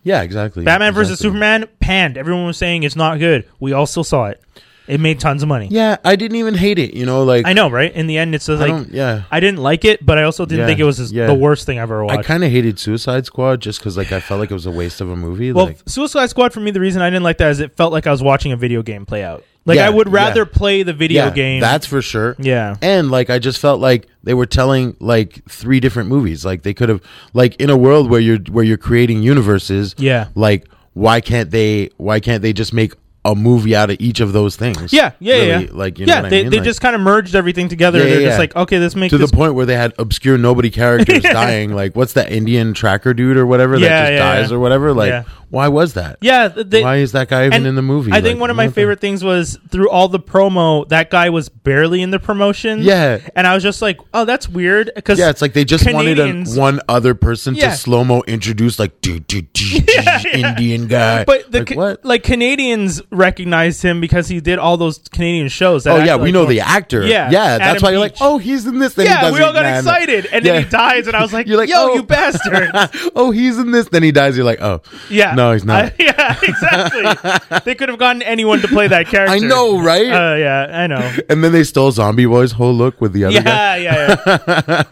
[SPEAKER 5] Yeah, exactly.
[SPEAKER 4] Batman versus
[SPEAKER 5] Exactly.
[SPEAKER 4] Superman panned. Everyone was saying it's not good. We all still saw it. It made tons of money.
[SPEAKER 5] Yeah, I didn't even hate it. You know, like
[SPEAKER 4] I know, right? In the end, it's just
[SPEAKER 5] I
[SPEAKER 4] like
[SPEAKER 5] don't- yeah.
[SPEAKER 4] I didn't like it, but I also didn't
[SPEAKER 5] Yeah,
[SPEAKER 4] think it was as-
[SPEAKER 5] yeah.
[SPEAKER 4] the worst thing I've ever
[SPEAKER 5] I
[SPEAKER 4] watched.
[SPEAKER 5] kind of hated Suicide Squad just because like I felt like it was a waste of a movie.
[SPEAKER 4] well,
[SPEAKER 5] like,
[SPEAKER 4] Suicide Squad for me, the reason I didn't like that is it felt like I was watching a video game play out. Like
[SPEAKER 5] Yeah,
[SPEAKER 4] I would
[SPEAKER 5] yeah.
[SPEAKER 4] rather play the video
[SPEAKER 5] yeah,
[SPEAKER 4] game.
[SPEAKER 5] that's for sure.
[SPEAKER 4] Yeah.
[SPEAKER 5] and like I just felt like they were telling like three different movies. Like they could have like in a world where you're where you're creating universes.
[SPEAKER 4] Yeah.
[SPEAKER 5] like why can't they? Why can't they just make a a movie out of each of those things.
[SPEAKER 4] Yeah, yeah, yeah,
[SPEAKER 5] Really,
[SPEAKER 4] yeah.
[SPEAKER 5] Like you know
[SPEAKER 4] yeah,
[SPEAKER 5] what I
[SPEAKER 4] they,
[SPEAKER 5] mean?
[SPEAKER 4] they
[SPEAKER 5] Like,
[SPEAKER 4] just kind of merged everything together.
[SPEAKER 5] Yeah,
[SPEAKER 4] They're
[SPEAKER 5] yeah,
[SPEAKER 4] just
[SPEAKER 5] yeah.
[SPEAKER 4] like, okay, let's make
[SPEAKER 5] to
[SPEAKER 4] this
[SPEAKER 5] the point where they had obscure nobody characters dying. Like what's that Indian tracker dude or whatever
[SPEAKER 4] Yeah,
[SPEAKER 5] that just
[SPEAKER 4] yeah,
[SPEAKER 5] dies
[SPEAKER 4] yeah.
[SPEAKER 5] or whatever? Like
[SPEAKER 4] Yeah.
[SPEAKER 5] why was that?
[SPEAKER 4] Yeah, th- they,
[SPEAKER 5] why is that guy even
[SPEAKER 4] and
[SPEAKER 5] in the movie?
[SPEAKER 4] I think
[SPEAKER 5] Like,
[SPEAKER 4] one of my
[SPEAKER 5] what the-
[SPEAKER 4] favorite things was through all the promo, that guy was barely in the promotion.
[SPEAKER 5] Yeah.
[SPEAKER 4] and I was just like, oh, that's weird. Because
[SPEAKER 5] Yeah, it's like they just wanted
[SPEAKER 4] Canadians-
[SPEAKER 5] a, one other person
[SPEAKER 4] Yeah.
[SPEAKER 5] to slow mo introduce, like dude, dude, dude, Indian guy.
[SPEAKER 4] But the
[SPEAKER 5] like,
[SPEAKER 4] Ca-
[SPEAKER 5] what?
[SPEAKER 4] like Canadians recognized him because he did all those Canadian shows. that
[SPEAKER 5] Oh yeah,
[SPEAKER 4] act
[SPEAKER 5] we
[SPEAKER 4] like
[SPEAKER 5] know
[SPEAKER 4] him.
[SPEAKER 5] the actor.
[SPEAKER 4] Yeah,
[SPEAKER 5] Yeah, yeah. That's
[SPEAKER 4] Adam
[SPEAKER 5] why you're like,
[SPEAKER 4] Beach.
[SPEAKER 5] oh, he's in this. Then he
[SPEAKER 4] Yeah,
[SPEAKER 5] does
[SPEAKER 4] we all
[SPEAKER 5] it,
[SPEAKER 4] got
[SPEAKER 5] man.
[SPEAKER 4] excited, and then
[SPEAKER 5] Yeah.
[SPEAKER 4] he dies, and I was like,
[SPEAKER 5] You're like,
[SPEAKER 4] "Yo,
[SPEAKER 5] oh.
[SPEAKER 4] you bastard!"
[SPEAKER 5] oh, he's in this. Then he dies. You're like, oh,
[SPEAKER 4] Yeah,
[SPEAKER 5] No, he's not.
[SPEAKER 4] I- yeah, exactly. they could have gotten anyone to play that character.
[SPEAKER 5] I know, right?
[SPEAKER 4] Uh, yeah, I know.
[SPEAKER 5] and then they stole Zombie Boy's whole look with the other guy.
[SPEAKER 4] yeah, yeah, yeah.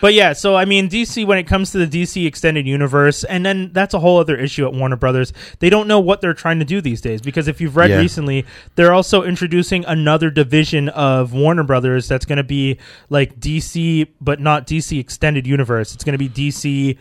[SPEAKER 4] but yeah, so I mean, DC when it comes to the DC extended universe, and then that's a whole other issue at Warner Brothers. They don't know what they're trying to do these days because if you've read
[SPEAKER 5] Yeah.
[SPEAKER 4] recently, they're also introducing another division of Warner Brothers that's going to be like DC, but not DC extended universe. It's going to be DC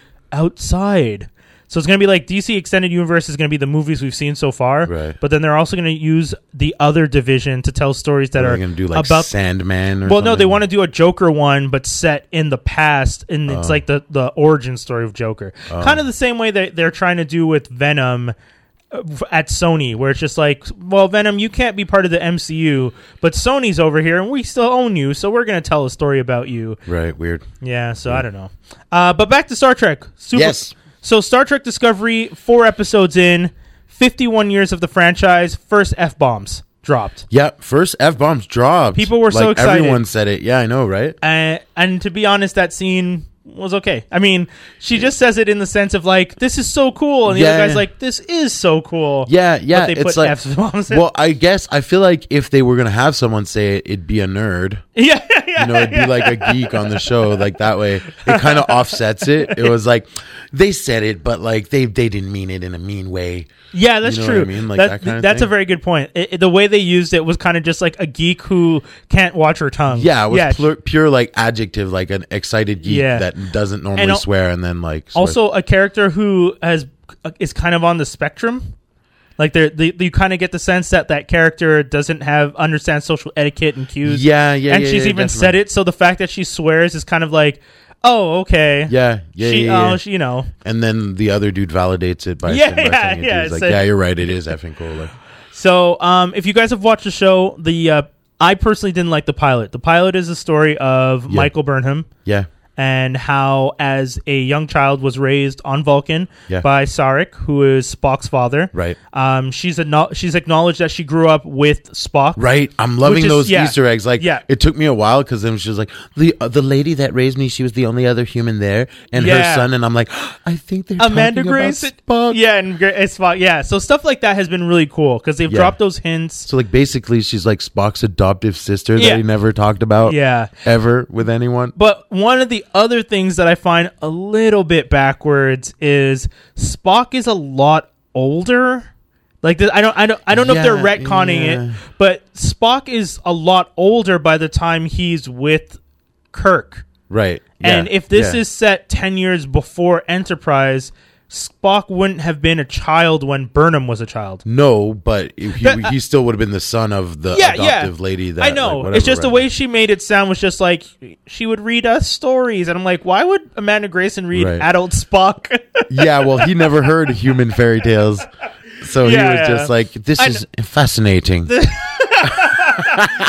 [SPEAKER 4] outside. So it's going to be like DC Extended Universe is going to be the movies we've seen so far,
[SPEAKER 5] Right.
[SPEAKER 4] but then they're also going to use the other division to tell stories that
[SPEAKER 5] Are
[SPEAKER 4] are
[SPEAKER 5] they gonna do like
[SPEAKER 4] about
[SPEAKER 5] Sandman? Or
[SPEAKER 4] well, no, they
[SPEAKER 5] something?
[SPEAKER 4] want to do a Joker one, but set in the past, and it's like the the origin story of Joker, kind of the same way that they're trying to do with Venom uh, f- at Sony, where it's just like, well, Venom, you can't be part of the MCU, but Sony's over here, and we still own you, so we're gonna tell a story about you.
[SPEAKER 5] Right, weird.
[SPEAKER 4] Yeah, so I don't know. Uh, but back to Star Trek. Super-
[SPEAKER 5] Yes.
[SPEAKER 4] So Star Trek Discovery, four episodes in, fifty-one years of the franchise, first f bombs dropped.
[SPEAKER 5] Yeah, first F bombs dropped.
[SPEAKER 4] People were so
[SPEAKER 5] Like,
[SPEAKER 4] excited.
[SPEAKER 5] Everyone said it. Yeah, I know, right?
[SPEAKER 4] uh, and to be honest, that scene was okay. I mean, she just says it in the sense of like, "This is so cool," and the other
[SPEAKER 5] Yeah.
[SPEAKER 4] guy's like, "This is so cool."
[SPEAKER 5] Yeah, yeah.
[SPEAKER 4] But they
[SPEAKER 5] it's
[SPEAKER 4] put
[SPEAKER 5] like,
[SPEAKER 4] F-bombs in.
[SPEAKER 5] well, I guess I feel like if they were gonna have someone say it, it'd be a nerd.
[SPEAKER 4] yeah, yeah, yeah.
[SPEAKER 5] You know, it'd be like a geek on the show. Like that way, it kind of offsets it. It was like they said it, but like they they didn't mean it in a mean way.
[SPEAKER 4] Yeah, that's
[SPEAKER 5] You know
[SPEAKER 4] true.
[SPEAKER 5] what I mean? Like
[SPEAKER 4] That-
[SPEAKER 5] that kinda
[SPEAKER 4] that's a
[SPEAKER 5] thing.
[SPEAKER 4] very good point. It, it- the way they used it was kind of just like a geek who can't watch her tongue.
[SPEAKER 5] Yeah, it was
[SPEAKER 4] yeah.
[SPEAKER 5] pure, pure like adjective, like an excited geek
[SPEAKER 4] Yeah.
[SPEAKER 5] that doesn't normally
[SPEAKER 4] al-
[SPEAKER 5] swear, and then like swears.
[SPEAKER 4] also, a character who has uh, is kind of on the spectrum. Like they're, they, you kind of get the sense that that character doesn't have understand social etiquette and cues.
[SPEAKER 5] yeah, yeah,
[SPEAKER 4] and
[SPEAKER 5] yeah,
[SPEAKER 4] she's
[SPEAKER 5] yeah,
[SPEAKER 4] even
[SPEAKER 5] definitely.
[SPEAKER 4] said it. So the fact that she swears is kind of like, oh, okay,
[SPEAKER 5] Yeah, yeah,
[SPEAKER 4] she,
[SPEAKER 5] yeah, yeah.
[SPEAKER 4] oh, she, you know.
[SPEAKER 5] and then the other dude validates it by
[SPEAKER 4] Yeah,
[SPEAKER 5] by saying
[SPEAKER 4] yeah,
[SPEAKER 5] it too.
[SPEAKER 4] yeah,
[SPEAKER 5] He's like,
[SPEAKER 4] so-
[SPEAKER 5] yeah, you're right. It is effing cool. Like,
[SPEAKER 4] So, um, if you guys have watched the show, the uh, I personally didn't like the pilot. The pilot is the story of Michael Burnham
[SPEAKER 5] yeah,
[SPEAKER 4] and how, as a young child, was raised on Vulcan
[SPEAKER 5] Yeah.
[SPEAKER 4] by Sarek, who is Spock's father.
[SPEAKER 5] right.
[SPEAKER 4] Um, she's a she's acknowledged that she grew up with Spock.
[SPEAKER 5] Right, I'm loving
[SPEAKER 4] is-
[SPEAKER 5] those
[SPEAKER 4] yeah.
[SPEAKER 5] Easter eggs. Like,
[SPEAKER 4] Yeah.
[SPEAKER 5] it took me a while because then she was like, the uh, the lady that raised me, she was the only other human there, and
[SPEAKER 4] Yeah.
[SPEAKER 5] her son, and I'm like, I think they're
[SPEAKER 4] Amanda
[SPEAKER 5] talking about
[SPEAKER 4] Grace.
[SPEAKER 5] Spock.
[SPEAKER 4] Yeah, and Gra- it's Spock. Yeah, so stuff like that has been really cool because they've
[SPEAKER 5] Yeah.
[SPEAKER 4] dropped those hints.
[SPEAKER 5] So like, basically, she's like Spock's adoptive sister
[SPEAKER 4] Yeah.
[SPEAKER 5] that he never talked about,
[SPEAKER 4] Yeah.
[SPEAKER 5] ever with anyone.
[SPEAKER 4] But one of the other things that I find a little bit backwards is Spock is a lot older. Like th- I don't, I don't, I don't know if they're
[SPEAKER 5] Yeah,
[SPEAKER 4] retconning
[SPEAKER 5] yeah.
[SPEAKER 4] it, but Spock is a lot older by the time he's with Kirk.
[SPEAKER 5] Right,
[SPEAKER 4] And
[SPEAKER 5] yeah,
[SPEAKER 4] if this
[SPEAKER 5] yeah.
[SPEAKER 4] is set ten years before Enterprise, Spock wouldn't have been a child when Burnham was a child.
[SPEAKER 5] No, but if he,
[SPEAKER 4] That-
[SPEAKER 5] he still would have been the son of the
[SPEAKER 4] uh, Yeah,
[SPEAKER 5] adoptive
[SPEAKER 4] yeah.
[SPEAKER 5] lady. That
[SPEAKER 4] I know.
[SPEAKER 5] like,
[SPEAKER 4] it's
[SPEAKER 5] whatever,
[SPEAKER 4] just the
[SPEAKER 5] right?
[SPEAKER 4] way she made it sound was just like she would read us stories, and I'm like, why would Amanda Grayson read
[SPEAKER 5] Right.
[SPEAKER 4] adult Spock?
[SPEAKER 5] yeah, well, he never heard human fairy tales, so
[SPEAKER 4] Yeah,
[SPEAKER 5] he was
[SPEAKER 4] yeah.
[SPEAKER 5] just like, "This
[SPEAKER 4] I
[SPEAKER 5] is fascinating."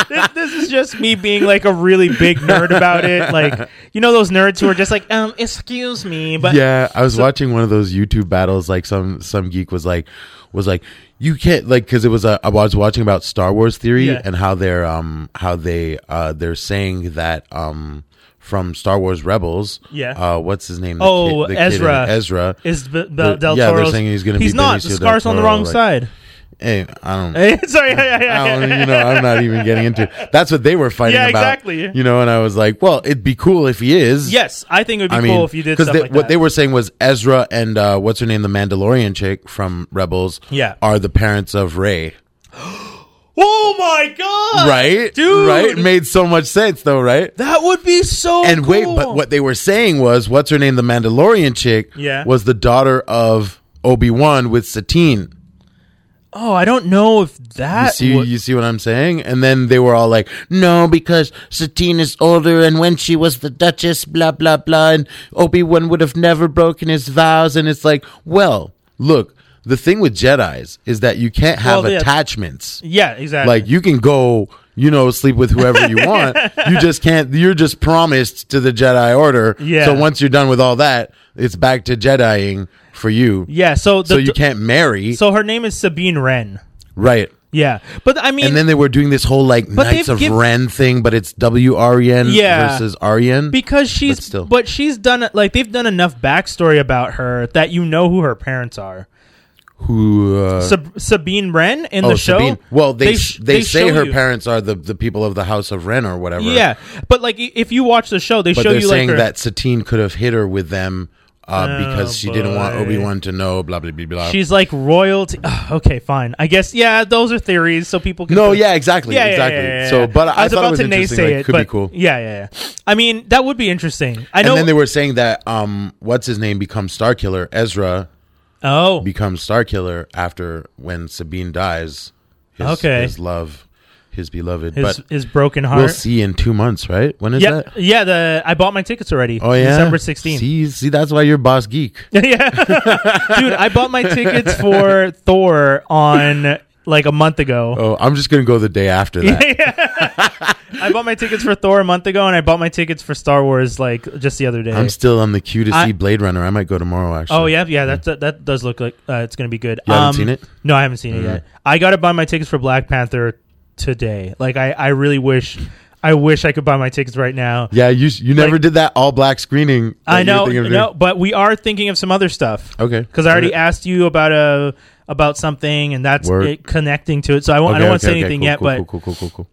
[SPEAKER 4] this, this is just me being like a really big nerd about it. Like you know those nerds who are just like, um, excuse me, but
[SPEAKER 5] yeah, I was watching one of those YouTube battles. Like some some geek was like, was like, you can't like because it was a, I was watching about Star Wars theory
[SPEAKER 4] Yeah.
[SPEAKER 5] and how they're um how they uh they're saying that um from Star Wars Rebels
[SPEAKER 4] Yeah.
[SPEAKER 5] uh what's his name The
[SPEAKER 4] Oh,
[SPEAKER 5] kid- the kid in
[SPEAKER 4] Ezra.
[SPEAKER 5] Ezra
[SPEAKER 4] is the,
[SPEAKER 5] They're-
[SPEAKER 4] Del
[SPEAKER 5] yeah, they're
[SPEAKER 4] Toro's-
[SPEAKER 5] saying he's gonna
[SPEAKER 4] He's
[SPEAKER 5] be
[SPEAKER 4] not. The
[SPEAKER 5] Benicio del
[SPEAKER 4] scar's on the
[SPEAKER 5] Toro,
[SPEAKER 4] wrong
[SPEAKER 5] like-
[SPEAKER 4] side.
[SPEAKER 5] hey I don't
[SPEAKER 4] Sorry, yeah, yeah, yeah,
[SPEAKER 5] I don't, you know, I'm not even getting into. It. That's what they were fighting
[SPEAKER 4] Yeah,
[SPEAKER 5] about.
[SPEAKER 4] exactly.
[SPEAKER 5] You know, and I was like, well, it'd be cool if he is.
[SPEAKER 4] Yes, I think it would be
[SPEAKER 5] I mean,
[SPEAKER 4] cool if you did stuff
[SPEAKER 5] they,
[SPEAKER 4] like
[SPEAKER 5] what
[SPEAKER 4] that.
[SPEAKER 5] they were saying was Ezra and uh, what's her name, the Mandalorian chick from Rebels,
[SPEAKER 4] Yeah.
[SPEAKER 5] are the parents of Ray.
[SPEAKER 4] oh my god!
[SPEAKER 5] Right,
[SPEAKER 4] dude.
[SPEAKER 5] Right, made so much sense though, right?
[SPEAKER 4] That would be so.
[SPEAKER 5] and wait,
[SPEAKER 4] cool.
[SPEAKER 5] but what they were saying was, what's her name, the Mandalorian chick,
[SPEAKER 4] Yeah.
[SPEAKER 5] was the daughter of Obi Wan with Satine.
[SPEAKER 4] oh, I don't know if that.
[SPEAKER 5] You see,
[SPEAKER 4] wa-
[SPEAKER 5] you see what I'm saying? And then they were all like, "No, because Satine is older, and when she was the Duchess, blah blah blah, and Obi Wan would have never broken his vows." And it's like, well, look, the thing with Jedi's is that you can't have
[SPEAKER 4] Well, yeah.
[SPEAKER 5] attachments.
[SPEAKER 4] yeah, exactly.
[SPEAKER 5] Like you can go, you know, sleep with whoever you want. you just can't. You're just promised to the Jedi Order.
[SPEAKER 4] Yeah.
[SPEAKER 5] So once you're done with all that, it's back to Jediing for you.
[SPEAKER 4] yeah. So the,
[SPEAKER 5] So you can't marry,
[SPEAKER 4] So her name is Sabine Wren.
[SPEAKER 5] right?
[SPEAKER 4] Yeah, but I mean,
[SPEAKER 5] and then they were doing this whole like
[SPEAKER 4] But they've
[SPEAKER 5] Knights of
[SPEAKER 4] giv-
[SPEAKER 5] Ren thing, but it's W R E N
[SPEAKER 4] Yeah.
[SPEAKER 5] versus R E N.
[SPEAKER 4] because she's but,
[SPEAKER 5] still.
[SPEAKER 4] she's done like they've done enough backstory about her that you know who her parents are.
[SPEAKER 5] Who? Uh, oh,
[SPEAKER 4] Sab- Sabine Wren in the show.
[SPEAKER 5] Sabine. Well, they
[SPEAKER 4] sh-
[SPEAKER 5] they, say
[SPEAKER 4] show
[SPEAKER 5] her
[SPEAKER 4] you-
[SPEAKER 5] parents are the, the people of the House of Ren or whatever.
[SPEAKER 4] Yeah, but like i- if you watch the show, they
[SPEAKER 5] but
[SPEAKER 4] show
[SPEAKER 5] they're
[SPEAKER 4] you
[SPEAKER 5] saying
[SPEAKER 4] like her, Oh,
[SPEAKER 5] that Satine could have hit her with them uh, because she didn't want
[SPEAKER 4] boy.
[SPEAKER 5] Obi Wan to know. Blah blah blah blah.
[SPEAKER 4] she's like royalty. Ugh, okay, fine. I guess yeah, those are theories, so people can
[SPEAKER 5] no, yeah, exactly,
[SPEAKER 4] Yeah, yeah,
[SPEAKER 5] exactly.
[SPEAKER 4] yeah, yeah, yeah.
[SPEAKER 5] So, but I,
[SPEAKER 4] was
[SPEAKER 5] thought
[SPEAKER 4] about
[SPEAKER 5] it was
[SPEAKER 4] to
[SPEAKER 5] interesting.
[SPEAKER 4] naysay
[SPEAKER 5] like,
[SPEAKER 4] it,
[SPEAKER 5] could be
[SPEAKER 4] but-
[SPEAKER 5] cool.
[SPEAKER 4] Yeah, yeah, yeah. I mean, that would be interesting. I know.
[SPEAKER 5] And then they were saying that um, what's his name becomes Star Killer. Ezra
[SPEAKER 4] oh,
[SPEAKER 5] becomes Star Killer after when Sabine dies. His,
[SPEAKER 4] Okay.
[SPEAKER 5] his love, his beloved.
[SPEAKER 4] his
[SPEAKER 5] but
[SPEAKER 4] his broken heart.
[SPEAKER 5] we'll see in two months, right? When is
[SPEAKER 4] yeah,
[SPEAKER 5] that?
[SPEAKER 4] yeah. The I bought my tickets already.
[SPEAKER 5] Oh yeah,
[SPEAKER 4] December sixteenth.
[SPEAKER 5] See, see, that's why you're boss geek.
[SPEAKER 4] yeah, dude, I bought my tickets for Thor on like a month ago.
[SPEAKER 5] Oh, I'm just gonna go the day after that.
[SPEAKER 4] I bought my tickets for Thor a month ago, and I bought my tickets for Star Wars like just the other day.
[SPEAKER 5] I'm still on the queue to see
[SPEAKER 4] I-
[SPEAKER 5] Blade Runner. I might go tomorrow. Actually.
[SPEAKER 4] Oh yeah, yeah. That that, that does look like uh, it's gonna be good.
[SPEAKER 5] You haven't seen it? Uh.
[SPEAKER 4] No, I haven't seen it yet. I gotta buy my tickets for Black Panther today. Like I, I really wish, I wish I could buy my tickets right now.
[SPEAKER 5] Yeah, you you never
[SPEAKER 4] Like-
[SPEAKER 5] did that all black screening. that
[SPEAKER 4] I
[SPEAKER 5] you were
[SPEAKER 4] know,
[SPEAKER 5] thinking of
[SPEAKER 4] no, but we are thinking of some other stuff.
[SPEAKER 5] doing. Okay.
[SPEAKER 4] because I already
[SPEAKER 5] Alright.
[SPEAKER 4] asked you about a about something, and that's
[SPEAKER 5] Word.
[SPEAKER 4] it connecting to it. So I won't, I
[SPEAKER 5] Okay,
[SPEAKER 4] don't want to
[SPEAKER 5] okay,
[SPEAKER 4] say
[SPEAKER 5] okay,
[SPEAKER 4] anything
[SPEAKER 5] cool,
[SPEAKER 4] yet.
[SPEAKER 5] cool,
[SPEAKER 4] but
[SPEAKER 5] cool, cool, cool, cool, cool.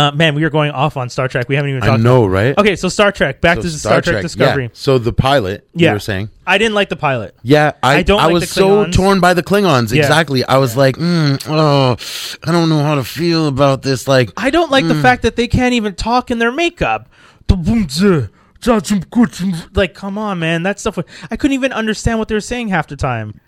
[SPEAKER 4] uh, man, we are going off on Star Trek. We haven't even
[SPEAKER 5] I
[SPEAKER 4] talked.
[SPEAKER 5] know, right?
[SPEAKER 4] Okay, so Star Trek. Back
[SPEAKER 5] So
[SPEAKER 4] to Star, Trek,
[SPEAKER 5] yeah.
[SPEAKER 4] Discovery.
[SPEAKER 5] So the pilot,
[SPEAKER 4] Yeah.
[SPEAKER 5] you were saying.
[SPEAKER 4] I didn't like the pilot.
[SPEAKER 5] Yeah,
[SPEAKER 4] I
[SPEAKER 5] I, I
[SPEAKER 4] don't like
[SPEAKER 5] was
[SPEAKER 4] the
[SPEAKER 5] so
[SPEAKER 4] Klingons.
[SPEAKER 5] torn by the Klingons.
[SPEAKER 4] Yeah.
[SPEAKER 5] Exactly. I was like, mm, oh, I don't know how to feel about this. Like,
[SPEAKER 4] I don't like
[SPEAKER 5] Hmm.
[SPEAKER 4] the fact that they can't even talk in their makeup. uh, Like, come on, man, that stuff. was- I couldn't even understand what they were saying half the time.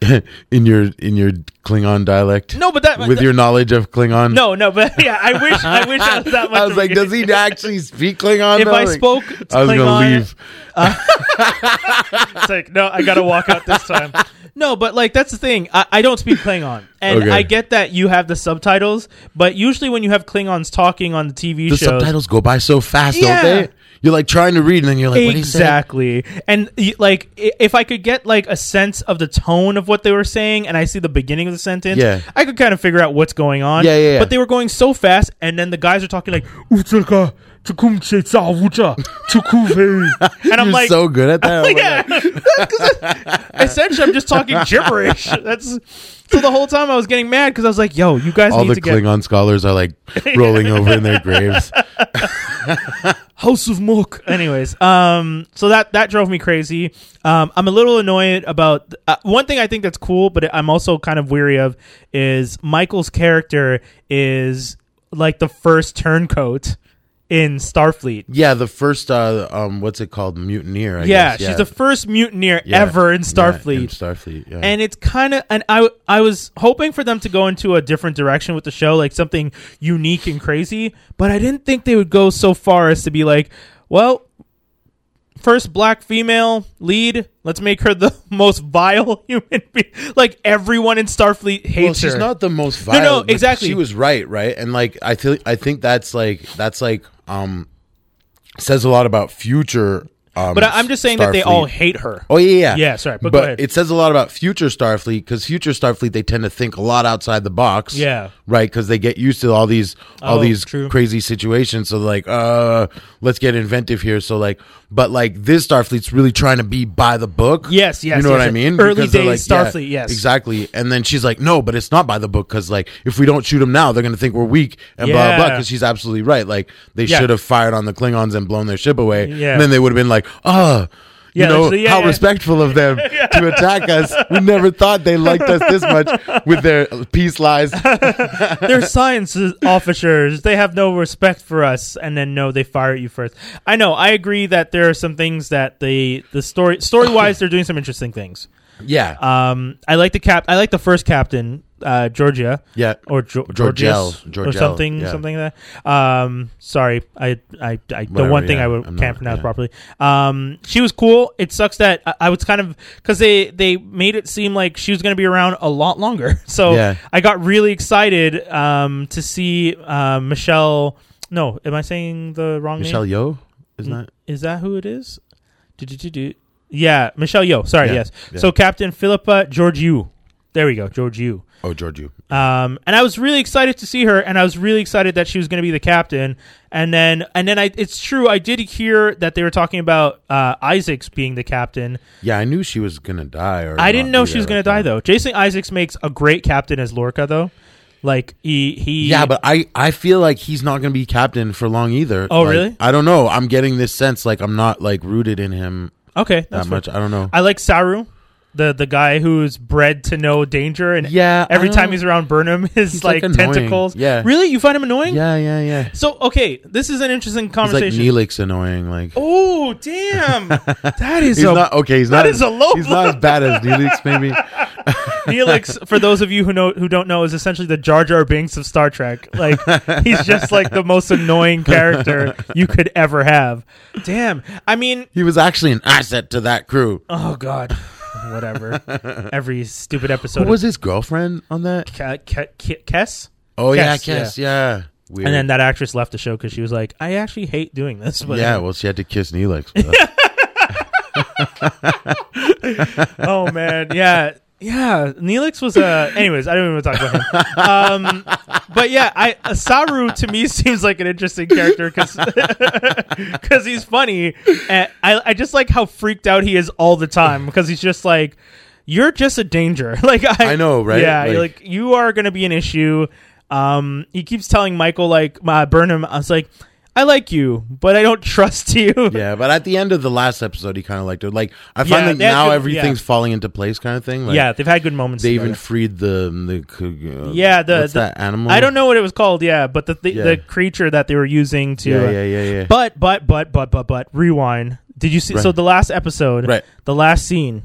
[SPEAKER 5] in your in your Klingon dialect.
[SPEAKER 4] No, but that
[SPEAKER 5] with your knowledge of Klingon.
[SPEAKER 4] no, no, but yeah, I wish, I wish I was that much.
[SPEAKER 5] I was
[SPEAKER 4] of a
[SPEAKER 5] like,
[SPEAKER 4] good-
[SPEAKER 5] does he actually speak Klingon?
[SPEAKER 4] If
[SPEAKER 5] though?
[SPEAKER 4] I
[SPEAKER 5] Like,
[SPEAKER 4] spoke
[SPEAKER 5] I was
[SPEAKER 4] Klingon-
[SPEAKER 5] gonna leave.
[SPEAKER 4] It's like, no, I gotta walk out this time. No, but like that's the thing. I, I don't speak Klingon, and
[SPEAKER 5] Okay.
[SPEAKER 4] I get that you have the subtitles, but usually when you have Klingons talking on the TV
[SPEAKER 5] The
[SPEAKER 4] shows,
[SPEAKER 5] subtitles go by so fast,
[SPEAKER 4] Yeah.
[SPEAKER 5] don't they? You're like trying to read, and then you're like, what is that?
[SPEAKER 4] exactly. And y- like, i- if I could get like a sense of the tone of what they were saying, and I see the beginning of the sentence,
[SPEAKER 5] Yeah.
[SPEAKER 4] I could kind of figure out what's going on.
[SPEAKER 5] Yeah, yeah, yeah.
[SPEAKER 4] But they were going so fast, and then the guys are talking like, "Utsaka, tukumche, tsawucha, tukuve." and I'm
[SPEAKER 5] You're
[SPEAKER 4] like,
[SPEAKER 5] so good at that. Oh my
[SPEAKER 4] yeah. 'Cause Essentially, I'm just talking gibberish. That's so the whole time I was getting mad because I was like, "Yo, you guys
[SPEAKER 5] all
[SPEAKER 4] need
[SPEAKER 5] the
[SPEAKER 4] to get
[SPEAKER 5] Klingon scholars are like rolling over in their graves.
[SPEAKER 4] House of Mook." Anyways, um, so that that drove me crazy. Um, I'm a little annoyed about uh, one thing I think that's cool, but I'm also kind of weary of is Michael's character is like the first turncoat in Starfleet.
[SPEAKER 5] Yeah, the first uh um what's it called? Mutineer, I
[SPEAKER 4] yeah,
[SPEAKER 5] guess.
[SPEAKER 4] she's the first mutineer
[SPEAKER 5] Yeah.
[SPEAKER 4] ever in
[SPEAKER 5] Yeah,
[SPEAKER 4] Starfleet.
[SPEAKER 5] in Starfleet, yeah.
[SPEAKER 4] and it's kind of and I I was hoping for them to go into a different direction with the show, like something unique and crazy, but I didn't think they would go so far as to be like, well, first black female lead, let's make her the most vile human being. Like everyone in Starfleet hates
[SPEAKER 5] well, she's
[SPEAKER 4] her.
[SPEAKER 5] not the most
[SPEAKER 4] no,
[SPEAKER 5] violent. but
[SPEAKER 4] exactly.
[SPEAKER 5] She was right, right? And like I feel I think that's like that's like um says a lot about future um
[SPEAKER 4] but I, I'm just saying that they all
[SPEAKER 5] Starfleet.
[SPEAKER 4] hate her.
[SPEAKER 5] Oh yeah, yeah.
[SPEAKER 4] Yeah, sorry, but go ahead.
[SPEAKER 5] it says a lot about future Starfleet because future Starfleet they tend to think a lot outside the box.
[SPEAKER 4] Yeah.
[SPEAKER 5] right. Because they get used to all these all
[SPEAKER 4] Oh,
[SPEAKER 5] these
[SPEAKER 4] true.
[SPEAKER 5] crazy situations. So they're like, uh, let's get inventive here. So like, but like this Starfleet's really trying to be by the book.
[SPEAKER 4] Yes, yes,
[SPEAKER 5] You know
[SPEAKER 4] yes,
[SPEAKER 5] what I
[SPEAKER 4] yes.
[SPEAKER 5] mean?
[SPEAKER 4] Early
[SPEAKER 5] Because they're
[SPEAKER 4] days Starfleet, yes.
[SPEAKER 5] exactly. And then she's like, no, but it's not by the book because like if we don't shoot them now, they're gonna think we're weak and blah blah blah.
[SPEAKER 4] Yeah.
[SPEAKER 5] Because she's absolutely right. Like they
[SPEAKER 4] Yeah.
[SPEAKER 5] should have fired on the Klingons and blown their ship away.
[SPEAKER 4] Yeah.
[SPEAKER 5] And then they would have been like, ah. You
[SPEAKER 4] Yeah,
[SPEAKER 5] know
[SPEAKER 4] actually, yeah,
[SPEAKER 5] how
[SPEAKER 4] yeah.
[SPEAKER 5] respectful of them to attack us. We never thought they liked us this much with their peace lies.
[SPEAKER 4] They're science officers. They have no respect for us. And then no, they fire you first. I know. I agree that there are some things that the the story story wise, they're doing some interesting things.
[SPEAKER 5] Yeah,
[SPEAKER 4] Um, I like the cap. I like the first captain. uh, Georgia.
[SPEAKER 5] Yeah.
[SPEAKER 4] Or jo-
[SPEAKER 5] Georgel.
[SPEAKER 4] Georgios or
[SPEAKER 5] Georgel,
[SPEAKER 4] something,
[SPEAKER 5] yeah.
[SPEAKER 4] something like that. Um, sorry, I, I, I the
[SPEAKER 5] Whatever,
[SPEAKER 4] one thing
[SPEAKER 5] yeah,
[SPEAKER 4] I would,
[SPEAKER 5] I'm
[SPEAKER 4] can't
[SPEAKER 5] not-
[SPEAKER 4] pronounce
[SPEAKER 5] yeah.
[SPEAKER 4] properly. Um, she was cool. It sucks that I, I was kind of because they they made it seem like she was going to be around a lot longer. So
[SPEAKER 5] Yeah.
[SPEAKER 4] I got really excited um, to see uh, Michelle. No, am I saying the wrong name?
[SPEAKER 5] Michelle Yeoh, isn't that?
[SPEAKER 4] Is that who it is? Do-do-do-do. Yeah, Michelle Yo. Sorry,
[SPEAKER 5] Yeah,
[SPEAKER 4] yes.
[SPEAKER 5] yeah.
[SPEAKER 4] So Captain Philippa Georgiou. There we go, Georgiou.
[SPEAKER 5] Oh, Georgiou.
[SPEAKER 4] Um, and I was really excited to see her, and I was really excited that she was going to be the captain. And then, and then I, it's true, I did hear that they were talking about uh, Isaacs being the captain.
[SPEAKER 5] Yeah, I knew she was gonna die. Or
[SPEAKER 4] I didn't
[SPEAKER 5] not
[SPEAKER 4] know
[SPEAKER 5] be
[SPEAKER 4] she was
[SPEAKER 5] there
[SPEAKER 4] going to
[SPEAKER 5] like
[SPEAKER 4] die
[SPEAKER 5] that.
[SPEAKER 4] though. Jason Isaacs makes a great captain as Lorca though. Like he, he
[SPEAKER 5] Yeah, but I I feel like he's not gonna be captain for long either.
[SPEAKER 4] Oh,
[SPEAKER 5] Like,
[SPEAKER 4] really?
[SPEAKER 5] I don't know. I'm getting this sense like I'm not like rooted in him
[SPEAKER 4] okay, that's
[SPEAKER 5] that much. I don't know.
[SPEAKER 4] I like Saru, the the guy who's bred to know danger, and
[SPEAKER 5] Yeah, I
[SPEAKER 4] every
[SPEAKER 5] don't
[SPEAKER 4] time
[SPEAKER 5] know.
[SPEAKER 4] he's around Burnham, his
[SPEAKER 5] He's,
[SPEAKER 4] like,
[SPEAKER 5] like, annoying.
[SPEAKER 4] tentacles.
[SPEAKER 5] Yeah.
[SPEAKER 4] really, you find him annoying?
[SPEAKER 5] yeah, yeah, yeah.
[SPEAKER 4] So okay, this is an interesting
[SPEAKER 5] He's like
[SPEAKER 4] conversation.
[SPEAKER 5] Neelix annoying. Like
[SPEAKER 4] oh damn, that is
[SPEAKER 5] he's
[SPEAKER 4] a
[SPEAKER 5] not okay. He's
[SPEAKER 4] that
[SPEAKER 5] not.
[SPEAKER 4] is a low
[SPEAKER 5] He's not as bad as Neelix. Maybe.
[SPEAKER 4] Neelix. For those of you who know who don't know, is essentially the Jar Jar Binks of Star Trek. Like he's just like the most annoying character you could ever have. Damn, I mean,
[SPEAKER 5] He was actually an asset to that crew.
[SPEAKER 4] oh god, whatever. Every stupid episode.
[SPEAKER 5] Who
[SPEAKER 4] of
[SPEAKER 5] was his girlfriend on that?
[SPEAKER 4] Ke- Ke- Ke- Kess?
[SPEAKER 5] Oh
[SPEAKER 4] Kes,
[SPEAKER 5] yeah, Kes. Yeah. Weird.
[SPEAKER 4] And then that actress left the show because she was like, "I actually hate doing this." But
[SPEAKER 5] yeah, well, she had to kiss Neelix. but-
[SPEAKER 4] oh man, yeah, yeah. Neelix was Uh, anyways, I don't even want to talk about him. Um, but yeah, I uh, Saru to me seems like an interesting character because he's funny, and I I just like how freaked out he is all the time because he's just like. You're just a danger. Like I,
[SPEAKER 5] I know, right?
[SPEAKER 4] Yeah, you're
[SPEAKER 5] Like-
[SPEAKER 4] like you are going to be an issue. Um, he keeps telling Michael like uh, Burnham. I was like, I like you, but I don't trust you.
[SPEAKER 5] yeah, but at the end of the last episode, he kind of liked it. Like I find
[SPEAKER 4] Yeah,
[SPEAKER 5] that
[SPEAKER 4] they had
[SPEAKER 5] now
[SPEAKER 4] good-
[SPEAKER 5] everything's
[SPEAKER 4] yeah.
[SPEAKER 5] falling into place, kind of thing. Like,
[SPEAKER 4] yeah, they've had good moments.
[SPEAKER 5] they
[SPEAKER 4] together.
[SPEAKER 5] even freed the the co- uh,
[SPEAKER 4] yeah the,
[SPEAKER 5] what's
[SPEAKER 4] the-
[SPEAKER 5] that animal.
[SPEAKER 4] i don't know what it was called yeah but the th-
[SPEAKER 5] Yeah.
[SPEAKER 4] the creature that they were using to
[SPEAKER 5] Yeah,
[SPEAKER 4] uh,
[SPEAKER 5] yeah, yeah, yeah.
[SPEAKER 4] but but but but but but rewind did you see so
[SPEAKER 5] Right.
[SPEAKER 4] the last episode
[SPEAKER 5] Right.
[SPEAKER 4] the last scene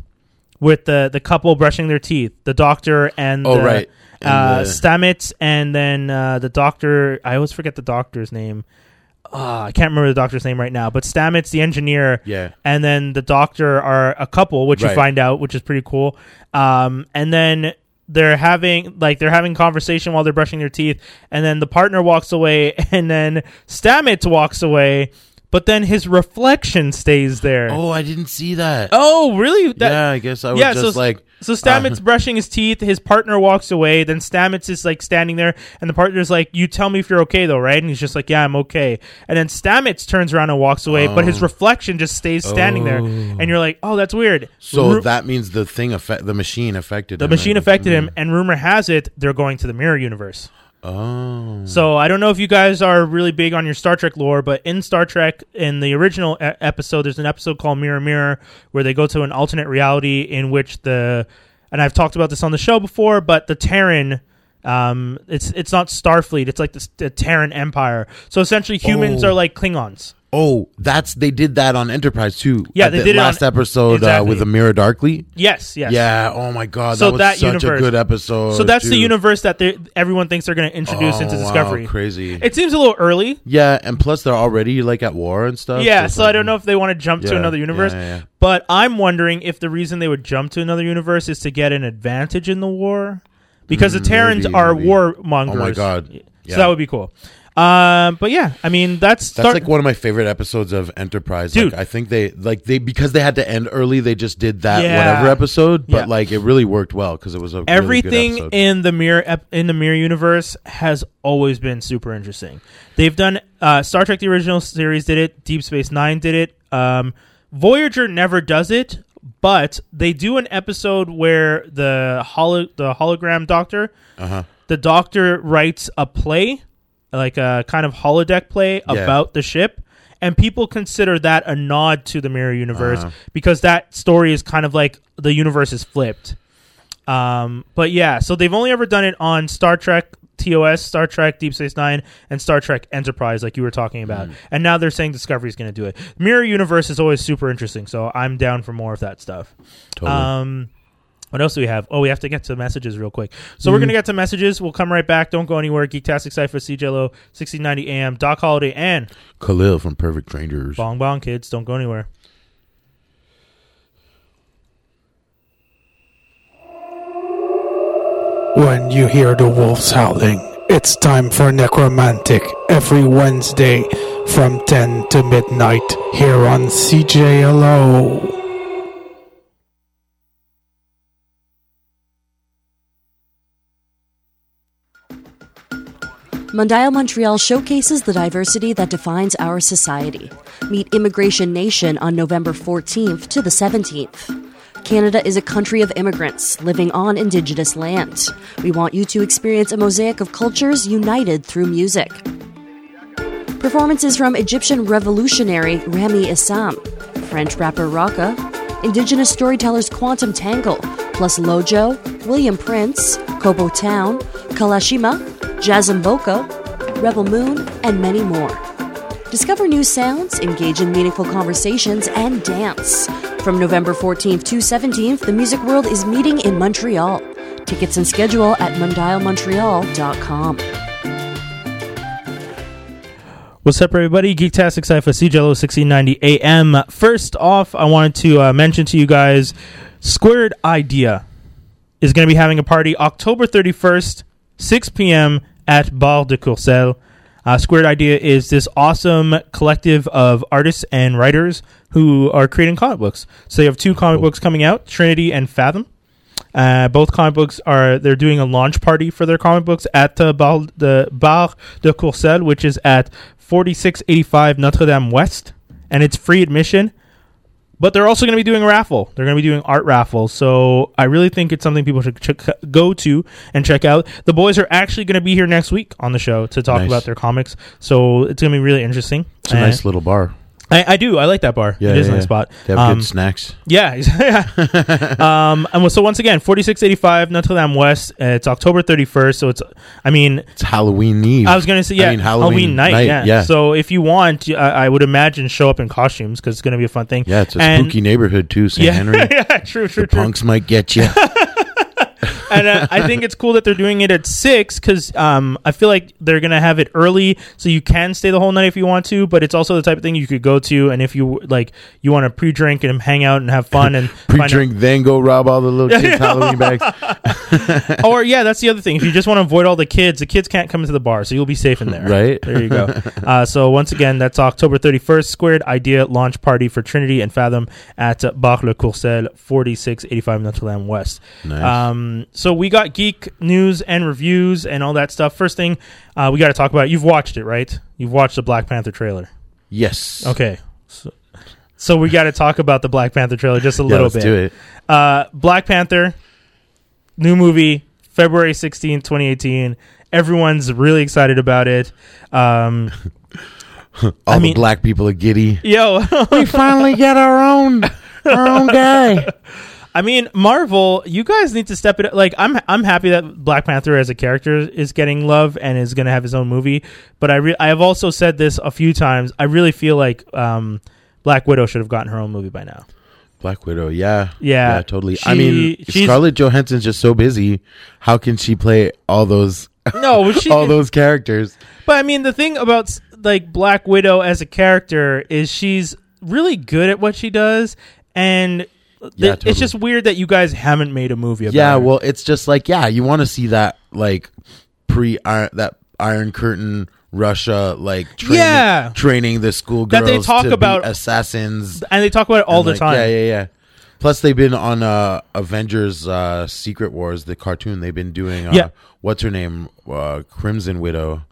[SPEAKER 4] with the the couple brushing their teeth the doctor and
[SPEAKER 5] Oh,
[SPEAKER 4] the,
[SPEAKER 5] right. And
[SPEAKER 4] uh,
[SPEAKER 5] the-
[SPEAKER 4] Stamets and then uh, the doctor I always forget the doctor's name Ah, I can't remember the doctor's name right now but Stamets the engineer
[SPEAKER 5] Yeah.
[SPEAKER 4] and then the doctor are a couple, which you
[SPEAKER 5] Right.
[SPEAKER 4] find out, which is pretty cool. Um, and then they're having like they're having conversation while they're brushing their teeth, and then the partner walks away, and then Stamets walks away, but then his reflection stays there.
[SPEAKER 5] Oh, I didn't see that.
[SPEAKER 4] Oh, really? That-
[SPEAKER 5] yeah, I guess I was
[SPEAKER 4] yeah, so
[SPEAKER 5] just like uh,
[SPEAKER 4] so Stamets brushing his teeth, his partner walks away, then Stamets is like standing there and the partner's like, "You tell me if you're okay though, right?" And he's just like, "Yeah, I'm okay." And then Stamets turns around and walks away, but
[SPEAKER 5] Oh.
[SPEAKER 4] his reflection just stays standing there. And you're like, "Oh, that's weird."
[SPEAKER 5] so
[SPEAKER 4] Ru-
[SPEAKER 5] that means the thing affect the machine affected
[SPEAKER 4] the
[SPEAKER 5] him, mm-hmm.
[SPEAKER 4] machine
[SPEAKER 5] I guess.
[SPEAKER 4] affected him and rumor has it they're going to the mirror universe.
[SPEAKER 5] Oh,
[SPEAKER 4] So I don't know if you guys are really big on your Star Trek lore, but in Star Trek, in the original e- episode, there's an episode called Mirror Mirror where they go to an alternate reality in which the, and I've talked about this on the show before, but the Terran, um, it's it's not Starfleet, it's like the, the Terran Empire. So essentially, humans
[SPEAKER 5] Oh.
[SPEAKER 4] are like Klingons.
[SPEAKER 5] oh, that's they did that on Enterprise too.
[SPEAKER 4] Yeah,
[SPEAKER 5] At
[SPEAKER 4] they
[SPEAKER 5] the
[SPEAKER 4] did it on-
[SPEAKER 5] last episode
[SPEAKER 4] Exactly.
[SPEAKER 5] uh, with Amira Darkly.
[SPEAKER 4] Yes, yes,
[SPEAKER 5] Yeah. Oh my God,
[SPEAKER 4] So
[SPEAKER 5] that was
[SPEAKER 4] that
[SPEAKER 5] such
[SPEAKER 4] universe-
[SPEAKER 5] a good episode.
[SPEAKER 4] So that's the
[SPEAKER 5] dude.
[SPEAKER 4] universe that they- everyone thinks they're going to introduce
[SPEAKER 5] Oh,
[SPEAKER 4] into
[SPEAKER 5] wow,
[SPEAKER 4] Discovery.
[SPEAKER 5] crazy.
[SPEAKER 4] It seems a little early,
[SPEAKER 5] yeah, and plus they're already like at war and stuff.
[SPEAKER 4] yeah,
[SPEAKER 5] it's
[SPEAKER 4] so I
[SPEAKER 5] like-
[SPEAKER 4] don't know if they want to jump to
[SPEAKER 5] Yeah,
[SPEAKER 4] another universe.
[SPEAKER 5] yeah, yeah.
[SPEAKER 4] But I'm wondering if the reason they would jump to another universe is to get an advantage in the war. Because the Terrans
[SPEAKER 5] Mm, maybe,
[SPEAKER 4] are
[SPEAKER 5] maybe.
[SPEAKER 4] war mongers.
[SPEAKER 5] Oh my God.
[SPEAKER 4] So that
[SPEAKER 5] Yeah.
[SPEAKER 4] would be cool. Um, but yeah, I mean that's,
[SPEAKER 5] That's
[SPEAKER 4] start-
[SPEAKER 5] like one of my favorite episodes of Enterprise.
[SPEAKER 4] Dude.
[SPEAKER 5] Like, I think they like they because they had to end early. They just did that
[SPEAKER 4] Yeah.
[SPEAKER 5] whatever episode, but
[SPEAKER 4] Yeah.
[SPEAKER 5] like it really worked well because it was a really good
[SPEAKER 4] everything
[SPEAKER 5] episode.
[SPEAKER 4] in the mirror ep- in the mirror universe has always been super interesting. They've done uh, Star Trek: The Original Series did it, Deep Space Nine did it, um, Voyager never does it, but they do an episode where the holo- the hologram Doctor, the Doctor writes a play, like a kind of holodeck play
[SPEAKER 5] Yeah.
[SPEAKER 4] about the ship. And people consider that a nod to the mirror universe because that story is kind of like the universe is flipped. Um, but yeah, so they've only ever done it on Star Trek TOS, Star Trek Deep Space Nine, and Star Trek Enterprise, like you were talking about. And now they're saying Discovery's going to do it. Mirror Universe is always super interesting, so I'm down for more of that stuff.
[SPEAKER 5] Totally.
[SPEAKER 4] Um, What else do we have? Oh, we have to get to messages real quick. So we're going to get to messages. We'll come right back. Don't go anywhere. Geektastic Cypher, CJLO, 1690 AM, Doc Holiday, and
[SPEAKER 5] Khalil from Perfect Strangers.
[SPEAKER 4] Bong Bong Kids. Don't go anywhere.
[SPEAKER 8] When you hear the wolves howling, it's time for Necromantic every Wednesday from 10 to midnight here on CJLO.
[SPEAKER 9] Mondial Montreal showcases the diversity that defines our society. Meet Immigration Nation on November 14th to the 17th. Canada is a country of immigrants living on Indigenous land. We want you to experience a mosaic of cultures united through music. Performances from Egyptian revolutionary Rami Issam, French rapper Raka, Indigenous storytellers Quantum Tangle, plus Lojo, William Prince, Kobo Town, Kalashima, Jasm Boko, Rebel Moon, and many more. Discover new sounds, engage in meaningful conversations, and dance. From November 14th to 17th, the music world is meeting in Montreal. Tickets and schedule at mundialmontreal.com.
[SPEAKER 4] What's up, everybody? Geektastic Cypher, CJLO 1690 AM. First off, I wanted to uh, mention to you guys Squared Idea is going to be having a party October 31st, 6 p.m. at Bar de Courcelles. Uh, Squared Idea is this awesome collective of artists and writers who are creating comic books. So they have two comic books coming out Trinity and Fathom. Uh, both comic books are they're doing a launch party for their comic books at the Bar de, Bar de Courcelles, which is at 4685 Notre Dame West, and it's free admission. But they're also going to be doing a raffle. They're going to be doing art raffles. So I really think it's something people should ch- go to and check out. The boys are actually going to be here next week on the show to talk
[SPEAKER 5] Nice.
[SPEAKER 4] about their comics. So it's going to be really interesting.
[SPEAKER 5] It's a
[SPEAKER 4] And
[SPEAKER 5] nice little bar.
[SPEAKER 4] I, I do. I like that bar.
[SPEAKER 5] Yeah,
[SPEAKER 4] Eh. it is
[SPEAKER 5] yeah,
[SPEAKER 4] a nice
[SPEAKER 5] yeah.
[SPEAKER 4] spot.
[SPEAKER 5] They have
[SPEAKER 4] Um,
[SPEAKER 5] good snacks.
[SPEAKER 4] yeah, exactly. um, and well, so once again, forty six eighty five Notre Dame West. Uh, it's October thirty first, so it's. I mean,
[SPEAKER 5] It's Halloween Eve.
[SPEAKER 4] I was gonna say yeah,
[SPEAKER 5] I mean, Halloween, night.
[SPEAKER 4] yeah. So if you want, y- I, I would imagine show up in costumes because it's gonna be a fun thing.
[SPEAKER 5] Yeah, it's a
[SPEAKER 4] And-
[SPEAKER 5] spooky neighborhood too, St.
[SPEAKER 4] Yeah,
[SPEAKER 5] Henry.
[SPEAKER 4] yeah, true, true,
[SPEAKER 5] The
[SPEAKER 4] true.
[SPEAKER 5] punks might get you.
[SPEAKER 4] and uh, I think it's cool that they're doing it at six because um, I feel like they're gonna have it early, so you can stay the whole night if you want to. But it's also the type of thing you could go to, and if you like, you want to pre-drink and hang out and have fun and find out-
[SPEAKER 5] Pre-drink, then go rob all the little
[SPEAKER 4] Yeah,
[SPEAKER 5] kids'
[SPEAKER 4] yeah.
[SPEAKER 5] Halloween bags.
[SPEAKER 4] or yeah, that's the other thing. If you just want to avoid all the kids, the kids can't come into the bar, so you'll be safe in there.
[SPEAKER 5] Right.
[SPEAKER 4] there, you go. Uh, so once again, that's October thirty first. Squared Idea launch party for Trinity and Fathom at uh, Bar Le Courcelles, forty six eighty five Notre Dame West.
[SPEAKER 5] Nice.
[SPEAKER 4] Um, so we got geek news and reviews and all that stuff. First thing uh, we got to talk about. You've watched it, right? You've watched the Black Panther trailer.
[SPEAKER 5] yes.
[SPEAKER 4] Okay. So, so we got to talk about the Black Panther trailer just a
[SPEAKER 5] Yeah,
[SPEAKER 4] little
[SPEAKER 5] let's
[SPEAKER 4] bit.
[SPEAKER 5] do it.
[SPEAKER 4] Uh, Black Panther, new movie, February 16, 2018. Everyone's really excited about it. Um,
[SPEAKER 5] All
[SPEAKER 4] mean-
[SPEAKER 5] the black people are giddy.
[SPEAKER 4] yo,
[SPEAKER 5] we finally get our own, our own guy.
[SPEAKER 4] I mean, Marvel, you guys need to step it up. Like, I'm I'm happy that Black Panther as a character is getting love and is going to have his own movie. But I re- I have also said this a few times. I really feel like um, Black Widow should have gotten her own movie by now.
[SPEAKER 5] Black Widow, yeah,
[SPEAKER 4] Yeah.
[SPEAKER 5] totally.
[SPEAKER 4] She-
[SPEAKER 5] I mean,
[SPEAKER 4] she's-
[SPEAKER 5] Scarlett Johansson's just so busy. How can she play all those,
[SPEAKER 4] No, she,
[SPEAKER 5] all those characters?
[SPEAKER 4] But I mean, the thing about like Black Widow as a character is she's really good at what she does, and
[SPEAKER 5] Yeah,
[SPEAKER 4] th- it's
[SPEAKER 5] totally.
[SPEAKER 4] just weird that you guys haven't made a movie about.
[SPEAKER 5] Yeah,
[SPEAKER 4] her.
[SPEAKER 5] well, it's just like yeah, you want to see that like pre iron that Iron Curtain Russia like training,
[SPEAKER 4] Yeah.
[SPEAKER 5] training the schoolgirls
[SPEAKER 4] That they talk
[SPEAKER 5] to be
[SPEAKER 4] about-
[SPEAKER 5] assassins
[SPEAKER 4] and they talk about it all
[SPEAKER 5] and,
[SPEAKER 4] the
[SPEAKER 5] like,
[SPEAKER 4] time.
[SPEAKER 5] Yeah, yeah, yeah. Plus, they've been on uh, Avengers uh, Secret Wars, the cartoon. They've been doing uh,
[SPEAKER 4] Yeah.
[SPEAKER 5] what's her name, uh, Crimson Widow.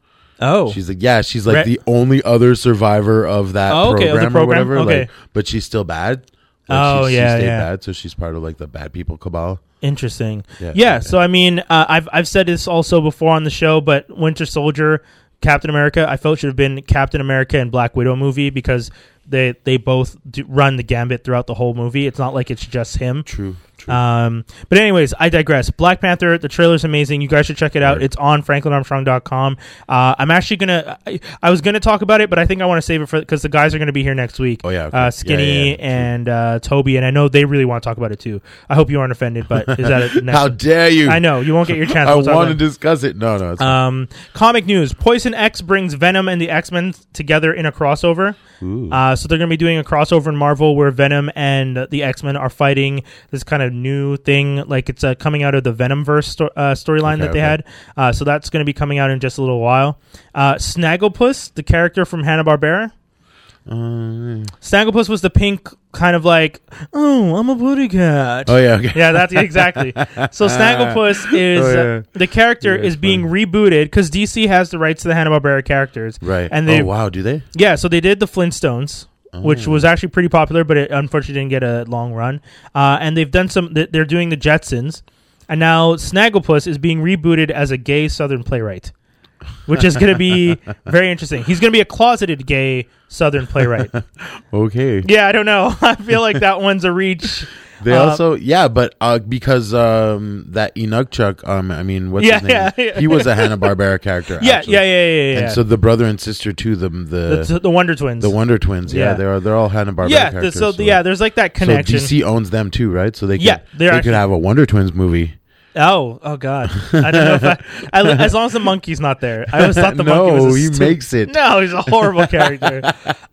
[SPEAKER 4] Oh,
[SPEAKER 5] She's like, yeah, she's like
[SPEAKER 4] Re-
[SPEAKER 5] the only other survivor of that
[SPEAKER 4] Oh, okay, of the
[SPEAKER 5] program,
[SPEAKER 4] program?
[SPEAKER 5] or whatever.
[SPEAKER 4] Okay.
[SPEAKER 5] Like, but she's still bad.
[SPEAKER 4] Oh,
[SPEAKER 5] she,
[SPEAKER 4] yeah,
[SPEAKER 5] she stayed
[SPEAKER 4] yeah.
[SPEAKER 5] bad, so she's part of like the bad people cabal.
[SPEAKER 4] interesting. Yeah.
[SPEAKER 5] Yeah, yeah,
[SPEAKER 4] so I mean, uh, I've I've said this also before on the show, but Winter Soldier, Captain America, I felt should have been Captain America and Black Widow movie because they they both do run the gambit throughout the whole movie. It's not like it's just him.
[SPEAKER 5] True,
[SPEAKER 4] Um, but anyways, I digress. Black Panther, the trailer's amazing. You guys should check it out. It's on franklinarmstrong.com. Uh, I'm actually gonna. I, I was gonna talk about it, but I think I want to save it for because the guys are gonna be here next week.
[SPEAKER 5] Oh, yeah, okay.
[SPEAKER 4] uh, Skinny
[SPEAKER 5] Yeah, yeah, yeah.
[SPEAKER 4] and uh, Toby, and I know they really want to talk about it too. I hope you aren't offended, but is that a, next
[SPEAKER 5] How dare you?
[SPEAKER 4] I know you won't get your chance.
[SPEAKER 5] I
[SPEAKER 4] We'll talk
[SPEAKER 5] want to
[SPEAKER 4] about it.
[SPEAKER 5] discuss it. No, no. It's
[SPEAKER 4] Um, comic news: Poison X brings Venom and the X Men together in a crossover. Uh, so they're going to be doing a crossover in Marvel where Venom and the X Men are fighting this kind of new thing, like it's uh, coming out of the Venomverse sto- uh, storyline that
[SPEAKER 5] Okay,
[SPEAKER 4] they had.
[SPEAKER 5] okay.
[SPEAKER 4] Uh, so that's going to be coming out in just a little while. Uh, Snagglepuss, the character from Hanna Barbera. Uh, Snagglepuss was the pink kind of like, oh, I'm a booty cat.
[SPEAKER 5] oh yeah. Okay.
[SPEAKER 4] Yeah, that's exactly. So Snagglepuss is
[SPEAKER 5] Oh, yeah.
[SPEAKER 4] uh, the character
[SPEAKER 5] Yeah,
[SPEAKER 4] is
[SPEAKER 5] it's
[SPEAKER 4] being rebooted because DC has the rights to the Hanna Barbera characters,
[SPEAKER 5] Right.
[SPEAKER 4] And they
[SPEAKER 5] oh wow, Oh. do they?
[SPEAKER 4] yeah, so they did the Flintstones, which was actually pretty popular, but it unfortunately didn't get a long run. Uh, and they've done some. th- They're doing the Jetsons, and now Snagglepuss is being rebooted as a gay Southern playwright. Which is going to be very interesting. He's going to be a closeted gay Southern playwright.
[SPEAKER 5] Okay.
[SPEAKER 4] yeah, I don't know. I feel like that one's a reach.
[SPEAKER 5] They
[SPEAKER 4] Uh,
[SPEAKER 5] also yeah, but uh, because um that Inukchuk, um I mean what's
[SPEAKER 4] Yeah,
[SPEAKER 5] his name?
[SPEAKER 4] yeah, yeah.
[SPEAKER 5] He was a Hanna Barbera character.
[SPEAKER 4] Yeah,
[SPEAKER 5] actually.
[SPEAKER 4] yeah, yeah, yeah, yeah. yeah.
[SPEAKER 5] And so the brother and sister too, the
[SPEAKER 4] the,
[SPEAKER 5] the
[SPEAKER 4] the Wonder Twins.
[SPEAKER 5] the Wonder Twins. Yeah,
[SPEAKER 4] Yeah.
[SPEAKER 5] they are they're all Hanna Barbera
[SPEAKER 4] yeah, th-
[SPEAKER 5] characters.
[SPEAKER 4] so, yeah, there's like that connection.
[SPEAKER 5] So DC owns them too, right? So they could,
[SPEAKER 4] Yeah,
[SPEAKER 5] they
[SPEAKER 4] they're actually-
[SPEAKER 5] could have a Wonder Twins movie.
[SPEAKER 4] oh, oh god, I don't know if I, I li- as long as the monkey's not there. I always thought the monkey
[SPEAKER 5] no,
[SPEAKER 4] was. a
[SPEAKER 5] he
[SPEAKER 4] stu-
[SPEAKER 5] makes it.
[SPEAKER 4] No, he's a horrible character.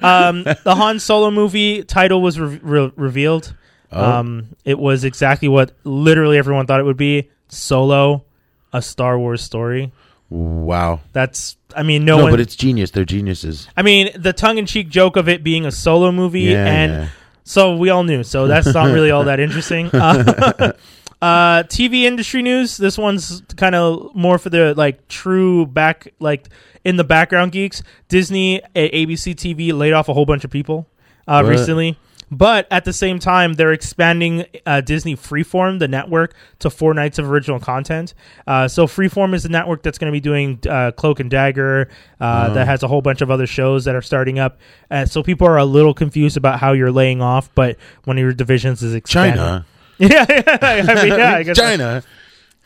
[SPEAKER 4] Um, the Han Solo movie title was re- re- revealed.
[SPEAKER 5] Oh.
[SPEAKER 4] Um, it was exactly what literally everyone thought it would be: Solo, a Star Wars story.
[SPEAKER 5] Wow.
[SPEAKER 4] That's, I mean, no,
[SPEAKER 5] no,
[SPEAKER 4] one.
[SPEAKER 5] but it's genius. They're geniuses.
[SPEAKER 4] I mean, the tongue-in-cheek joke of it being a solo movie,
[SPEAKER 5] Yeah,
[SPEAKER 4] and
[SPEAKER 5] yeah.
[SPEAKER 4] so we all knew. So that's not really all that interesting. Uh, uh, TV industry news. This one's kind of more for the like true back, like in the background geeks. Disney at ABC TV laid off a whole bunch of people uh,
[SPEAKER 5] What?
[SPEAKER 4] recently. But at the same time, they're expanding uh, Disney Freeform, the network, to four nights of original content. Uh, so Freeform is the network that's going to be doing uh, Cloak and Dagger, uh, that has a whole bunch of other shows that are starting up. Uh, so people are a little confused about how you're laying off, but one of your divisions is expanding.
[SPEAKER 5] China.
[SPEAKER 4] yeah, yeah, I mean, yeah, I guess
[SPEAKER 5] China.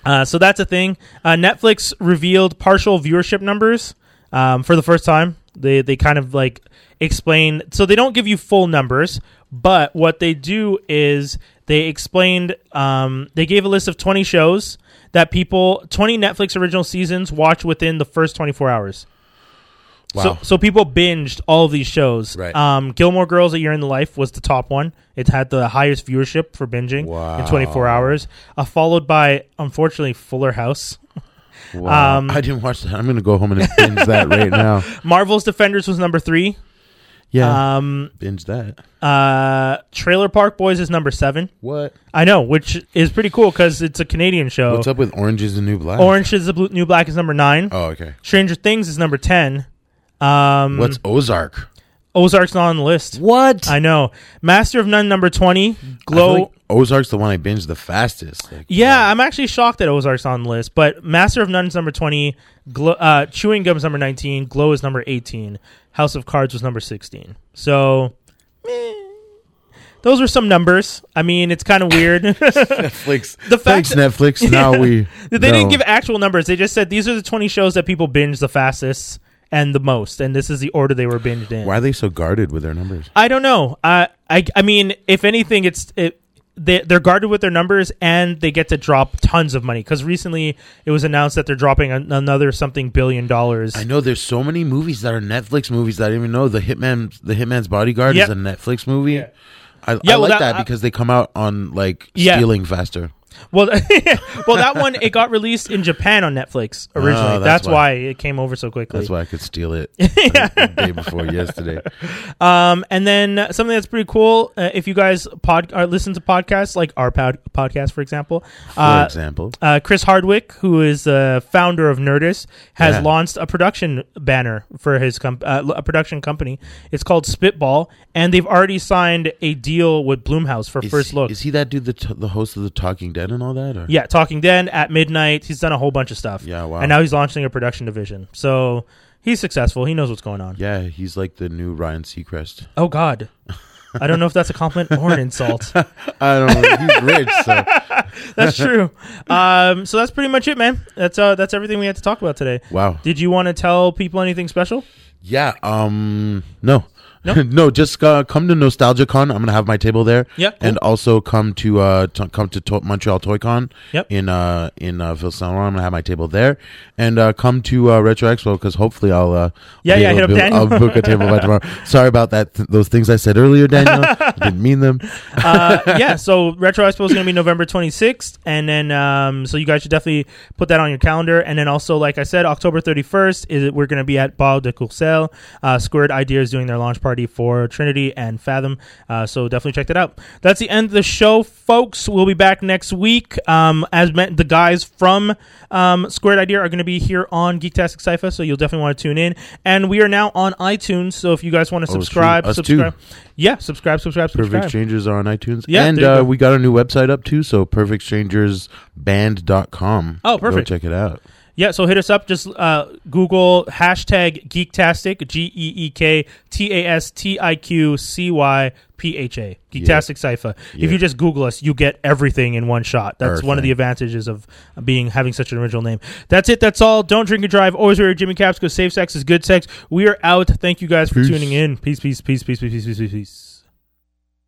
[SPEAKER 4] uh, so that's a thing. Uh, Netflix revealed partial viewership numbers um, for the first time. They they kind of like explain. So they don't give you full numbers, but what they do is they explained. Um, they gave a list of twenty shows that people twenty Netflix original seasons watch within the first twenty four hours.
[SPEAKER 5] Wow.
[SPEAKER 4] So, so people binged all of these shows.
[SPEAKER 5] Right.
[SPEAKER 4] Um, Gilmore Girls: A Year in the Life was the top one. It had the highest viewership for binging in 24 hours, uh, followed by unfortunately Fuller House.
[SPEAKER 5] Wow.
[SPEAKER 4] um,
[SPEAKER 5] I didn't watch that. I'm going to go home and binge that right now.
[SPEAKER 4] Marvel's Defenders was number three.
[SPEAKER 5] Yeah.
[SPEAKER 4] Um,
[SPEAKER 5] binge that.
[SPEAKER 4] uh, Trailer Park Boys is number seven.
[SPEAKER 5] What?
[SPEAKER 4] I know, which is pretty cool because it's a Canadian show.
[SPEAKER 5] What's up with Orange is the New Black?
[SPEAKER 4] Oh. Orange is the Blue, New Black is number nine.
[SPEAKER 5] Oh, okay.
[SPEAKER 4] Stranger Things is number ten. Um,
[SPEAKER 5] What's Ozark?
[SPEAKER 4] Ozark's not on the list.
[SPEAKER 5] What?
[SPEAKER 4] I know. Master of None number twenty. Glow.
[SPEAKER 5] Ozark's the one I binged the fastest. Like,
[SPEAKER 4] Yeah, I'm actually shocked that Ozark's on the list, but Master of Nuns number 20, Glo- uh, Chewing Gum's number 19, Glow is number 18, House of Cards was number 16. So, eh, those were some numbers. I mean, it's kind of weird.
[SPEAKER 5] Netflix.
[SPEAKER 4] The fact
[SPEAKER 5] Thanks, Netflix. Now we.
[SPEAKER 4] they
[SPEAKER 5] know.
[SPEAKER 4] didn't give actual numbers. They just said these are the 20 shows that people binge the fastest and the most, and this is the order they were binged in.
[SPEAKER 5] Why are they so guarded with their numbers?
[SPEAKER 4] I don't know. I I, I mean, if anything, it's it, they they're guarded with their numbers and they get to drop tons of money because recently it was announced that they're dropping an, another something billion dollars.
[SPEAKER 5] I know there's so many movies that are Netflix movies that I didn't even know. The Hitman, The Hitman's Bodyguard
[SPEAKER 4] Yep.
[SPEAKER 5] is a Netflix movie. I,
[SPEAKER 4] Yeah,
[SPEAKER 5] I
[SPEAKER 4] well,
[SPEAKER 5] like
[SPEAKER 4] that-
[SPEAKER 5] that,
[SPEAKER 4] I-
[SPEAKER 5] because they come out on like
[SPEAKER 4] Yeah.
[SPEAKER 5] stealing faster.
[SPEAKER 4] Well, well, that one it got released in Japan on Netflix originally.
[SPEAKER 5] Oh,
[SPEAKER 4] that's
[SPEAKER 5] that's
[SPEAKER 4] why.
[SPEAKER 5] why.
[SPEAKER 4] it came over so quickly.
[SPEAKER 5] That's why I could steal it the day before yesterday.
[SPEAKER 4] Um, and then uh, something that's pretty cool. Uh, if you guys pod or listen to podcasts like our pod- podcast, for example,
[SPEAKER 5] For
[SPEAKER 4] uh,
[SPEAKER 5] example,
[SPEAKER 4] uh, Chris Hardwick, who is the founder of Nerdist, has
[SPEAKER 5] Yeah.
[SPEAKER 4] launched a production banner for his comp- uh, a production company. It's called Spitball, and they've already signed a deal with Bloomhouse for
[SPEAKER 5] Is
[SPEAKER 4] first
[SPEAKER 5] he-
[SPEAKER 4] look.
[SPEAKER 5] Is he that dude, the, t- the host of the Talking Dead and all that? Or?
[SPEAKER 4] yeah, Talking Dead at midnight. He's done a whole bunch of stuff.
[SPEAKER 5] Yeah, wow.
[SPEAKER 4] And now he's launching a production division, so he's successful. He knows what's going on.
[SPEAKER 5] Yeah, he's like the new Ryan Seacrest.
[SPEAKER 4] Oh God, I don't know if that's a compliment or an insult.
[SPEAKER 5] I don't know. He's rich, so
[SPEAKER 4] That's true. Um, so that's pretty much it, man. That's uh, that's everything we had to talk about today.
[SPEAKER 5] wow.
[SPEAKER 4] Did you want to tell people anything special?
[SPEAKER 5] Yeah. Um. No.
[SPEAKER 4] No?
[SPEAKER 5] No. just uh, come to NostalgiaCon. I'm gonna have my table there.
[SPEAKER 4] Yeah, cool.
[SPEAKER 5] And also come to uh to, come to, to- Montreal Toy Con.
[SPEAKER 4] Yep.
[SPEAKER 5] In uh in uh, Ville Saint Laurent, I'm gonna have my table there, and uh, come to uh, Retro Expo because hopefully I'll uh
[SPEAKER 4] Yeah,
[SPEAKER 5] be
[SPEAKER 4] yeah,
[SPEAKER 5] able
[SPEAKER 4] hit
[SPEAKER 5] to
[SPEAKER 4] up
[SPEAKER 5] bu- I'll
[SPEAKER 4] Daniel.
[SPEAKER 5] book a table by tomorrow. Sorry about that. Th- those things I said earlier, Daniel. I didn't mean them.
[SPEAKER 4] Uh, yeah. So Retro Expo is going to be November 26th, and then um, so you guys should definitely put that on your calendar. And then also, like I said, October 31st is we're going to be at Bal de Courcelles. Uh, Squared Idea is doing their launch party for Trinity and Fathom. Uh, so definitely check that out. That's the end of the show, folks. We'll be back next week. Um, as meant, the guys from um, Squared Idea are going to be here on Geektastic Cypher, so you'll definitely want to tune in. And we are now on iTunes, so if you guys want to
[SPEAKER 5] Oh, shoot,
[SPEAKER 4] subscribe,
[SPEAKER 5] us too.
[SPEAKER 4] subscribe. Yeah, subscribe, subscribe,
[SPEAKER 5] Perfect
[SPEAKER 4] subscribe.
[SPEAKER 5] Strangers are on iTunes.
[SPEAKER 4] Yeah,
[SPEAKER 5] and
[SPEAKER 4] there you
[SPEAKER 5] uh,
[SPEAKER 4] go.
[SPEAKER 5] we got a new website up too, so perfectstrangersband.com.
[SPEAKER 4] Oh,
[SPEAKER 5] Go
[SPEAKER 4] perfect.
[SPEAKER 5] check it out.
[SPEAKER 4] Yeah, so hit us up. Just uh, Google hashtag Geektastic, G E E K T A S T I Q C Y P H A, Geektastic Cypher.
[SPEAKER 5] Yeah.
[SPEAKER 4] If you just Google us, you get everything in one shot. That's one of
[SPEAKER 5] Everything.
[SPEAKER 4] the advantages of being having such an original name. That's it. That's all. Don't drink and drive. Always wear your Jimmy caps because safe sex is good sex. We are out. Thank you guys for
[SPEAKER 5] Peace.
[SPEAKER 4] tuning in. Peace, peace, peace, peace, peace, peace, peace, peace, peace.